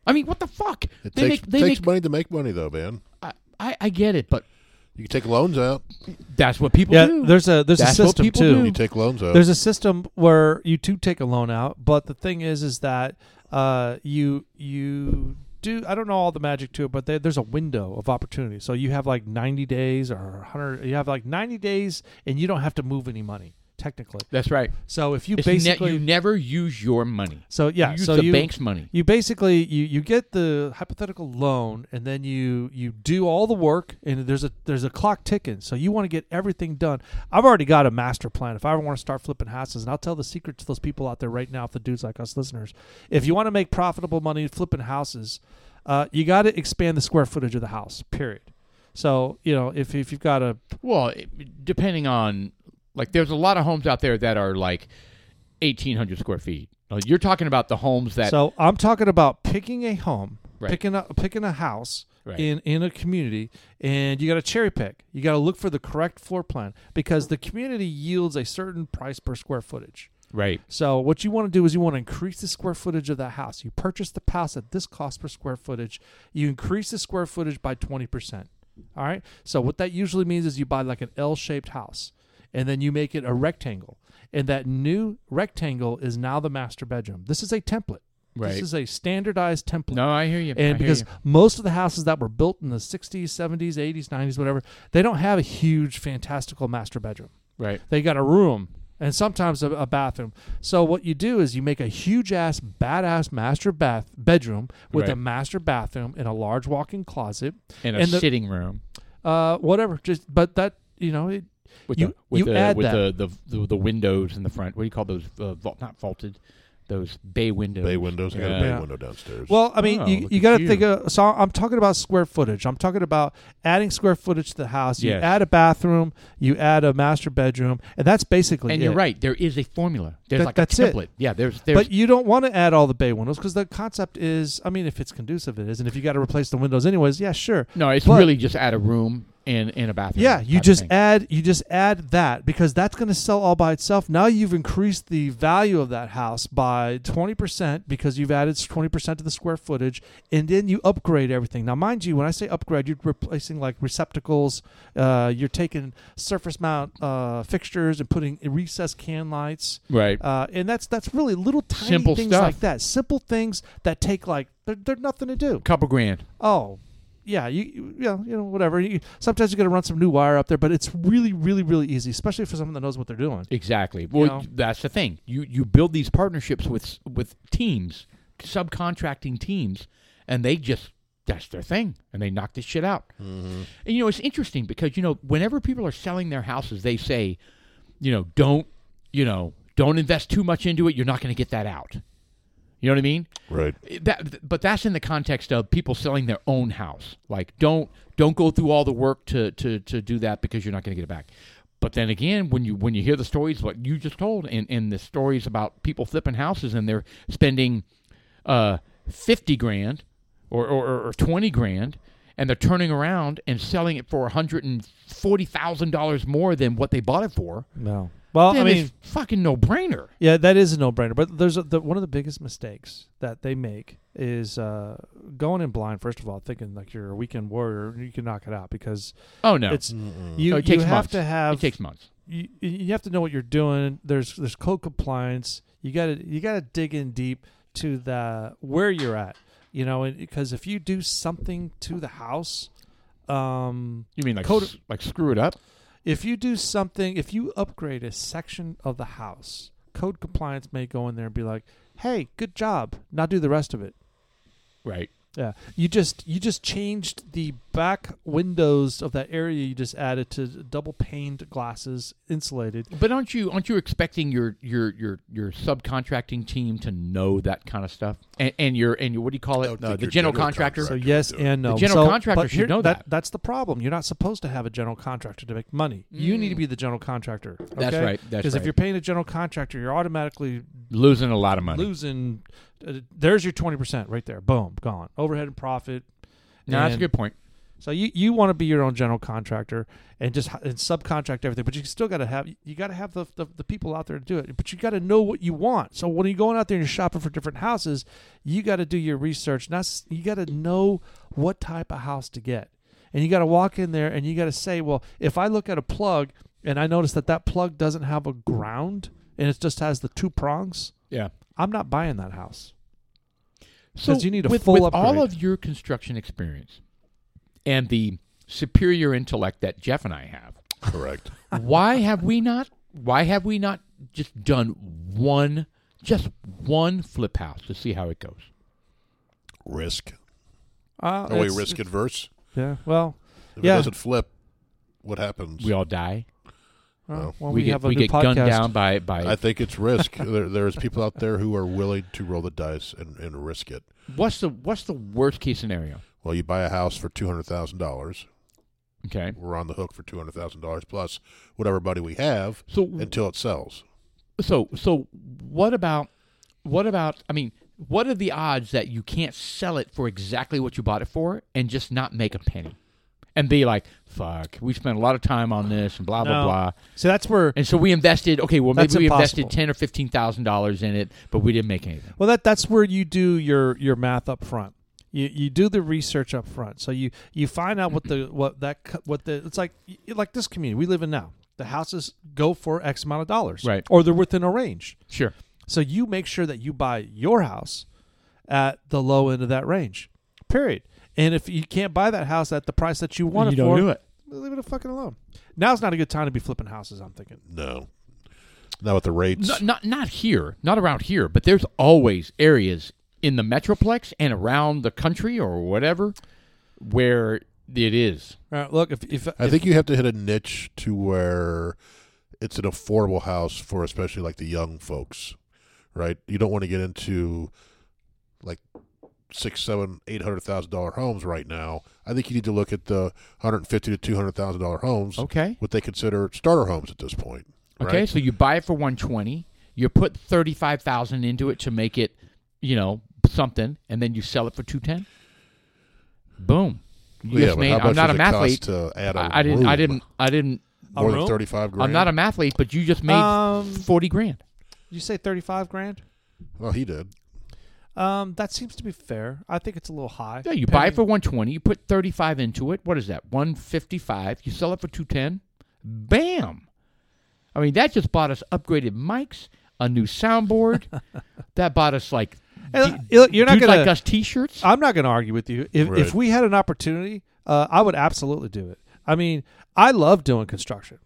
B: I mean, what the fuck?
C: It
B: they
C: takes
B: make they
C: takes
B: make.
C: money to make money though, man.
B: I, I I get it, but
C: You can take loans out.
B: that's what people
A: yeah,
B: do.
A: there's a there's
B: That's
A: a
B: what
A: system
B: people
A: too.
B: do.
C: You take loans out.
A: There's a system where you do take a loan out, but the thing is, is that uh, you you do. I don't know all the magic to it, but there, there's a window of opportunity. So you have like 90 days or 100. You have like 90 days, and you don't have to move any money technically.
B: that's right.
A: So if you
B: It's ne-
A: basically
B: you never use your money.
A: so yeah,
B: you use
A: so
B: the
A: you,
B: bank's money.
A: You basically you you get the hypothetical loan, and then you you do all the work, and there's a there's a clock ticking. So you want to get everything done. I've already got a master plan. If I ever want to start flipping houses, and I'll tell the secret to those people out there right now, if the dudes like us listeners, if you want to make profitable money flipping houses, uh, you got to expand the square footage of the house. Period. So you know if if you've got a
B: Well, it- depending on like, there's a lot of homes out there that are like 1,800 square feet. Uh, You're talking about the homes that
A: So I'm talking about picking a home,
B: Right.
A: picking a picking a house
B: Right.
A: in in a community, and you got to cherry pick. You got to look for the correct floor plan because the community yields a certain price per square footage.
B: right.
A: So what you want to do is you want to increase the square footage of that house. You purchase the house at this cost per square footage. You increase the square footage by 20%. All right? So what that usually means is you buy like an L-shaped house and then you make it a rectangle. And that new rectangle is now the master bedroom. This is a template.
B: Right.
A: This is a standardized template.
B: No, I hear you. I hear
A: And because
B: you.
A: most of the houses that were built in the 60s, 70s, 80s, 90s, whatever, they don't have a huge fantastical master bedroom.
B: right,
A: They got a room and sometimes a, a bathroom. So what you do is you make a huge ass badass master bath bedroom with
B: Right.
A: a master bathroom and a large walk-in closet
B: in a
A: and the-
B: sitting room
A: uh whatever just but that you know it,
B: with
A: you
B: the, with
A: you
B: the,
A: add
B: with
A: that.
B: The, the the the windows in the front. What do you call those? Uh, vault, not vaulted. Those bay windows. Uh,
C: bay windows. I got
B: Yeah.
C: a bay
A: Yeah.
C: window downstairs.
A: Well, I mean,
B: Oh,
A: you,
B: look
A: you
B: at
A: got to
B: you.
A: think of. So I'm talking about square footage. I'm talking about adding square footage to the house. You
B: Yes.
A: add a bathroom, you add a master bedroom, and that's basically.
B: and
A: it.
B: you're right. There is a formula. There's
A: That-
B: like
A: that's
B: a
A: it.
B: template. Yeah. There's there's
A: but you don't want to add all the bay windows because the concept is, I mean, if it's conducive, it is, and if you got to replace the windows anyways, yeah, sure.
B: no. It's
A: but-
B: really just add a room and and a bathroom.
A: Yeah, you
B: type of
A: just
B: thing.
A: add you just add that because that's going to sell all by itself. Now you've increased the value of that house by 20% because you've added 20% to the square footage and then you upgrade everything. Now mind you, when I say upgrade, you're replacing like receptacles, uh, you're taking surface mount uh, fixtures and putting recessed can lights.
B: right.
A: Uh, and that's that's really little tiny
B: Simple
A: things
B: stuff.
A: like that. Simple things that take like they're, they're nothing to do
B: couple grand.
A: oh yeah you you- yeah you know whatever you, sometimes you got to run some new wire up there but it's really really really easy especially for someone that knows what they're doing
B: Exactly. Well,
A: know?
B: that's the thing. You you build these partnerships with with teams, subcontracting teams, and they just that's their thing, and they knock this shit out. And you know, it's interesting because you know, whenever people are selling their houses, they say, you know, don't you know, don't invest too much into it. You're not going to get that out. You know what I mean?
C: right.
B: that but that's in the context of people selling their own house like don't don't go through all the work to to to do that because you're not going to get it back but then again when you when you hear the stories what you just told and and the stories about people flipping houses and they're spending uh 50 grand or or, or- or 20 grand and they're turning around and selling it for $140,000 more than what they bought it for.
A: no well
B: then
A: i mean
B: it's fucking no brainer.
A: yeah that is a no-brainer but there's a, the, one of the biggest mistakes that they make is uh, going in blind first of all thinking like you're a weekend warrior you can knock it out because
B: Oh, no.
A: it's you,
B: No,
A: you
B: it takes
A: have
B: months.
A: to have
B: It takes months.
A: you, you have to know what you're doing. There's there's code compliance. You got to you got to dig in deep to the where you're at. You know, because if you do something to the house, um,
B: You mean like
A: Code-
B: s- like screw it up?
A: If you do something, if you upgrade a section of the house, code compliance may go in there and be like, "Hey, good job. Now do the rest of it."
B: Right.
A: Yeah, you just you just changed the back windows of that area you just added to double paned glasses, insulated.
B: But aren't you aren't you expecting your your your your subcontracting team to know that kind of stuff? And, and your and your what do you call it?
C: I would
B: Uh,
C: think
B: the
C: your
B: general,
C: general
B: contractor.
A: So
C: contractor.
A: yes
C: do it.
A: and no.
B: The general
A: So-
B: contractor
A: but
B: should
A: here-
B: know that.
A: That's the problem. You're not supposed to have a general contractor to make money. You
B: Mm.
A: need to be the general contractor.
B: That's right. That's
A: Because if
B: right.
A: you're paying a general contractor, you're automatically
B: Losing a lot of money.
A: losing. Uh, there's your twenty percent right there. Boom, gone. Overhead and profit.
B: No, that's a
A: And-
B: good point.
A: So you, you want to be your own general contractor and just h- and subcontract everything, but you still got to have you got to have the, the the people out there to do it. But you got to know what you want. So when you're going out there and you're shopping for different houses, you got to do your research. Not s- you got to know what type of house to get, and you got to walk in there and you got to say, well, if I look at a plug and I notice that that plug doesn't have a ground and it just has the two prongs,
B: Yeah.
A: I'm not buying that house.
B: So
A: 'Cause you need a
B: with,
A: full
B: with
A: upgrade.
B: all of your construction experience and the superior intellect that Jeff and I have.
C: Correct.
B: why have we not why have we not just done one just one flip house to see how it goes
C: risk.
A: Uh,
C: Are we
A: it's-
C: risk adverse?
A: Yeah. Well.
C: If
A: yeah.
C: it doesn't flip, what happens?
B: we all die
A: uh, well,
B: we,
A: we,
B: get
A: have a
B: we
A: new
B: get
A: podcast.
B: gunned down by by
C: I think it's risk. there, there's people out there who are willing to roll the dice and, and risk it.
B: what's the what's the worst case scenario
C: Well, you buy a house for two hundred thousand dollars.
B: okay
C: We're on the hook for two hundred thousand dollars plus whatever money we have
B: so
C: until it sells.
B: so so what about what about i mean what are the odds that you can't sell it for exactly what you bought it for and just not make a penny and be like fuck we spent a lot of time on this and blah blah
A: No.
B: blah
A: So that's where
B: And so we invested. Okay, well maybe
A: That's
B: we
A: impossible.
B: invested ten or fifteen thousand dollars in it, but we didn't make anything.
A: Well, that that's where you do your your math up front. You, you do the research up front, so you you find out what the what that co- what the it's like like this community we live in now. The houses go for X amount of dollars,
B: Right.
A: Or they're within a range.
B: Sure.
A: So you make sure that you buy your house at the low end of that range. Period. And if you can't buy that house at the price that you want
B: You
A: it for,
B: don't do it.
A: leave it a fucking alone. Now's not a good time to be flipping houses. I'm thinking.
C: No, not with the rates.
B: Not, not not here, not around here, but there's always areas in the metroplex and around the country or whatever where it is.
A: All right, look, if if
C: I think you have to hit a niche to where it's an affordable house for especially like the young folks, right? You don't want to get into like six, seven, eight hundred thousand dollar homes right now. I think you need to look at the hundred and fifty to two hundred thousand dollar homes.
B: Okay.
C: What they consider starter homes at this point.
B: Okay.
C: Right?
B: So you buy it for one twenty. You put thirty five thousand into it to make it, you know, something, and then you sell it for two ten. Boom. You
C: yeah,
B: just
C: but
B: made-
C: how much
B: I'm not a
C: does it
B: mathlete.
C: cost to add a
B: I, I didn't. I
C: room?
B: didn't. I didn't.
C: More
A: room?
C: than thirty-five grand.
B: I'm not a mathlete, but you just made
A: Um,
B: forty grand.
A: you say thirty five grand,
C: Well, he did.
A: Um, that seems to be fair. I think it's a little high.
B: Yeah, you buy it for
A: Depending-
B: one twenty. You put thirty five into it. What is that? One fifty five. You sell it for two ten. Bam! I mean, that just bought us upgraded mics, a new soundboard. that bought us like
A: Hey, look, you're not
B: dudes
A: gonna.
B: like us T-shirts.
A: I'm not gonna argue with you. If if
C: Right.
A: we had an opportunity, uh, I would absolutely do it. I mean, I love doing construction.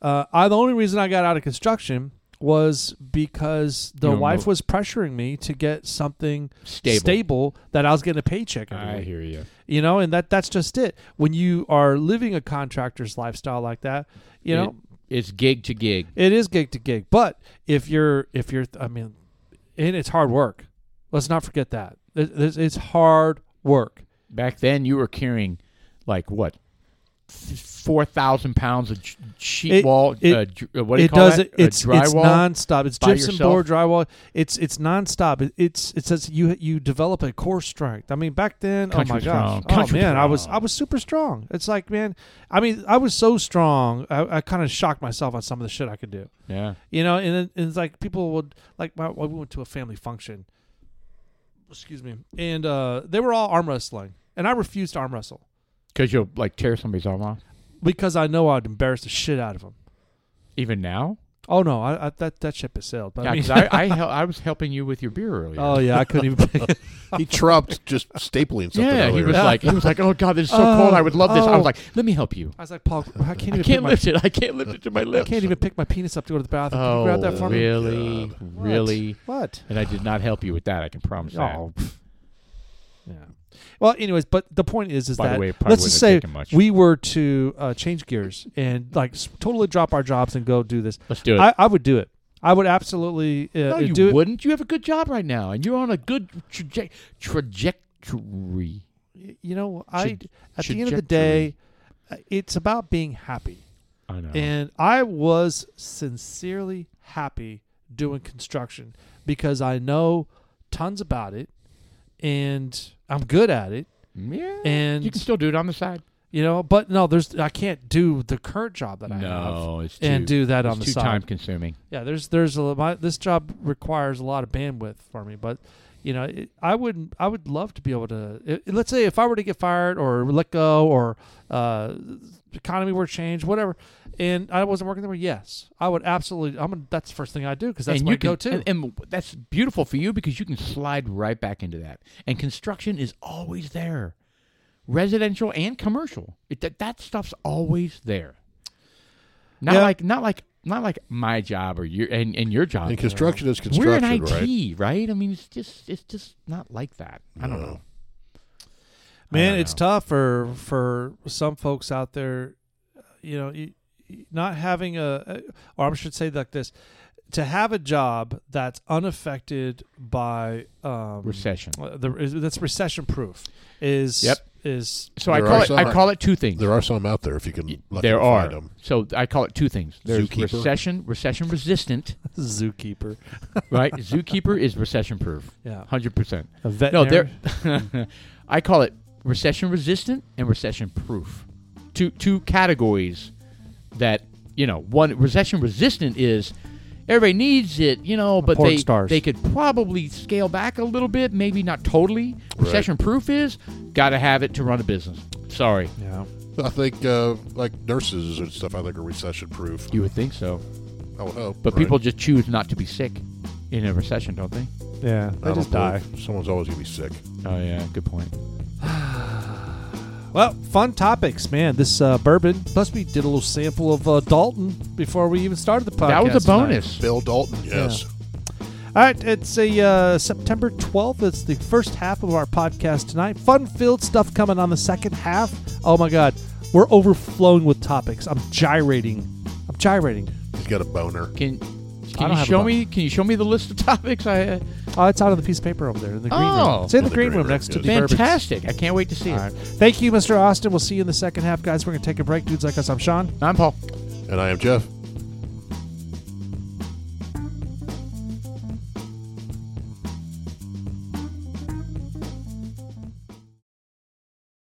A: Uh, I the only reason I got out of construction was because the
B: You don't
A: wife
B: know-
A: was pressuring me to get something
B: Stable.
A: that I was getting a paycheck. every week.
B: hear you.
A: you know and that that's just it when you are living a contractor's lifestyle like that you know
B: it's gig to gig.
A: It is gig to gig, but if you're if you're I mean, and it's hard work. Let's not forget that It- it's it's hard work.
B: Back then, you were carrying like what four thousand pounds of j- sheet
A: It-
B: wall.
A: it-
B: uh, dr- uh, what do you
A: it
B: call
A: does
B: that?
A: it. It's
B: uh, drywall.
A: it's nonstop. It's
B: by
A: gypsum
B: yourself?
A: board drywall. It's it's nonstop. It, it's it says you you develop a core strength. I mean, back then,
B: Country
A: oh my
B: strong.
A: gosh, oh man,
B: Country
A: I was
B: strong.
A: I was super strong. It's like man, I mean, I was so strong. I, I kind of shocked myself on some of the shit I could do.
B: yeah.
A: You know, and, it- and it's like people would like my we went to a family function. Excuse me. And uh they were all arm wrestling. And I refused to arm wrestle
B: Because you'll like tear somebody's arm off.
A: because I know I'd embarrass the shit out of them.
B: Even now,
A: Oh no, I, I, that that ship has sailed. But
B: Yeah,
A: I mean,
B: 'cause I I, hel- I was helping you with your beer earlier.
A: oh yeah, I couldn't even. pick it.
C: He trumped just stapling something.
B: yeah,
C: earlier.
B: he was like, he was like, oh god, this is so
A: Oh,
B: cold. I would love this. I
A: oh.
B: was like, let me help you.
A: I was like, Paul, I can't even.
B: I
A: pick
B: can't
A: my-
B: lift it. I can't lift it to my
A: I
B: lips.
A: can't even pick my penis up to go to the bathroom. Can
B: Oh,
A: you grab that for me?
B: really,
A: What?
B: really.
A: What?
B: And I did not help you with that. I can promise that.
A: Oh. pff. Yeah. Well, anyways, but the point is, is
B: By the
A: that
B: way, it probably
A: let's just
B: wouldn't have
A: say
B: taken much.
A: we were to uh, change gears and like s- totally drop our jobs and go do this.
B: Let's do it.
A: I, I would do it. I would absolutely uh,
B: no, you
A: do it.
B: wouldn't. You have a good job right now, and you're on a good traje- trajectory.
A: You know, I
B: Tra-
A: at the end of the day, uh, it's about being happy.
B: I know.
A: And I was sincerely happy doing construction because I know tons about it and I'm good at it.
B: Mm, yeah,
A: and-
B: you can still do it on the side.
A: You know, but no, there's I can't do the current job that I have
B: it's
A: and do that on the
B: too
A: side.
B: time consuming.
A: Yeah, there's there's a lot- my, this job requires a lot of bandwidth for me, but you know, it, I wouldn't I would love to be able to it, it- let's say if I were to get fired or let go or uh the economy were changed, whatever, and I wasn't working there, yes, I would absolutely I'm gonna, that's the first thing I do because that's
B: and
A: my
B: you can-
A: go to.
B: and, and that's beautiful for you because you can slide right back into that. And construction is always there, residential and commercial. It, that that stuff's always there. Not
A: Yeah.
B: like not like not like my job or your and, and your job.
C: and construction is
B: We're
C: construction,
B: in IT,
C: right?
B: right? I mean, it's just it's just not like that. I don't
C: No.
B: know. I
A: Man,
B: don't
A: it's
B: know.
A: tough for for some folks out there. You know, you, you- not having a, or I should say it like this, to have a job that's unaffected by um,
B: Recession.
C: Mm.
A: uh, The, is- that's recession proof is
B: Yep.
A: is
B: So I
C: There
B: call
C: are
B: it
C: some-
B: I call it two things.
C: There are some out there if you can. Lucky
B: There
C: to
B: are.
C: Find them.
B: So I call it two things. There's
C: Zookeeper.
B: recession, recession resistant,
A: zookeeper.
B: right? Zookeeper is recession proof.
A: Yeah.
B: hundred percent.
A: A
B: No, there.
A: veterinarian.
B: I call it recession resistant and recession proof. Two two categories that you know. One recession resistant is everybody needs it, you know, but
A: porn
B: they
A: stars.
B: they could probably scale back a little bit, maybe not totally. Recession proof is got to have it to run a business. Sorry,
A: Yeah.
C: I think uh, like nurses and stuff. I think are recession proof.
B: you would think so,
C: I would hope.
B: but
C: right?
B: people just choose not to be sick in a recession, don't they?
A: Yeah.
C: I
A: They
C: don't
A: just die.
C: believe- Someone's always gonna be sick.
B: Oh yeah, good point.
A: Well, fun topics, man. This uh, bourbon. Plus, we did a little sample of uh, Dalton before we even started the podcast.
B: that was a
A: tonight.
B: bonus.
C: Bill Dalton. Yes.
A: All right, it's a uh, September 12th. It's the first half of our podcast tonight. Fun-filled stuff coming on the second half. Oh my god, we're overflowing with topics. I'm gyrating. I'm gyrating.
C: He's got a boner.
B: Can
A: I
B: can
A: don't
B: you
A: have a
B: show
A: button.
B: me? Can you show me the list of topics? I uh,
A: Oh, it's out on the piece of paper over there in the green room.
B: Oh.
A: It's in the,
C: In the
A: green,
C: green
A: room,
C: room,
A: next to
C: yes.
A: the bourbons.
B: fantastic! I can't wait to see
A: All
B: it.
A: right. Thank you, Mr. Austin. We'll see you in the second half, guys. We're gonna take a break. Dudes like us. I'm Sean.
B: I'm Paul.
C: And I am Jeff.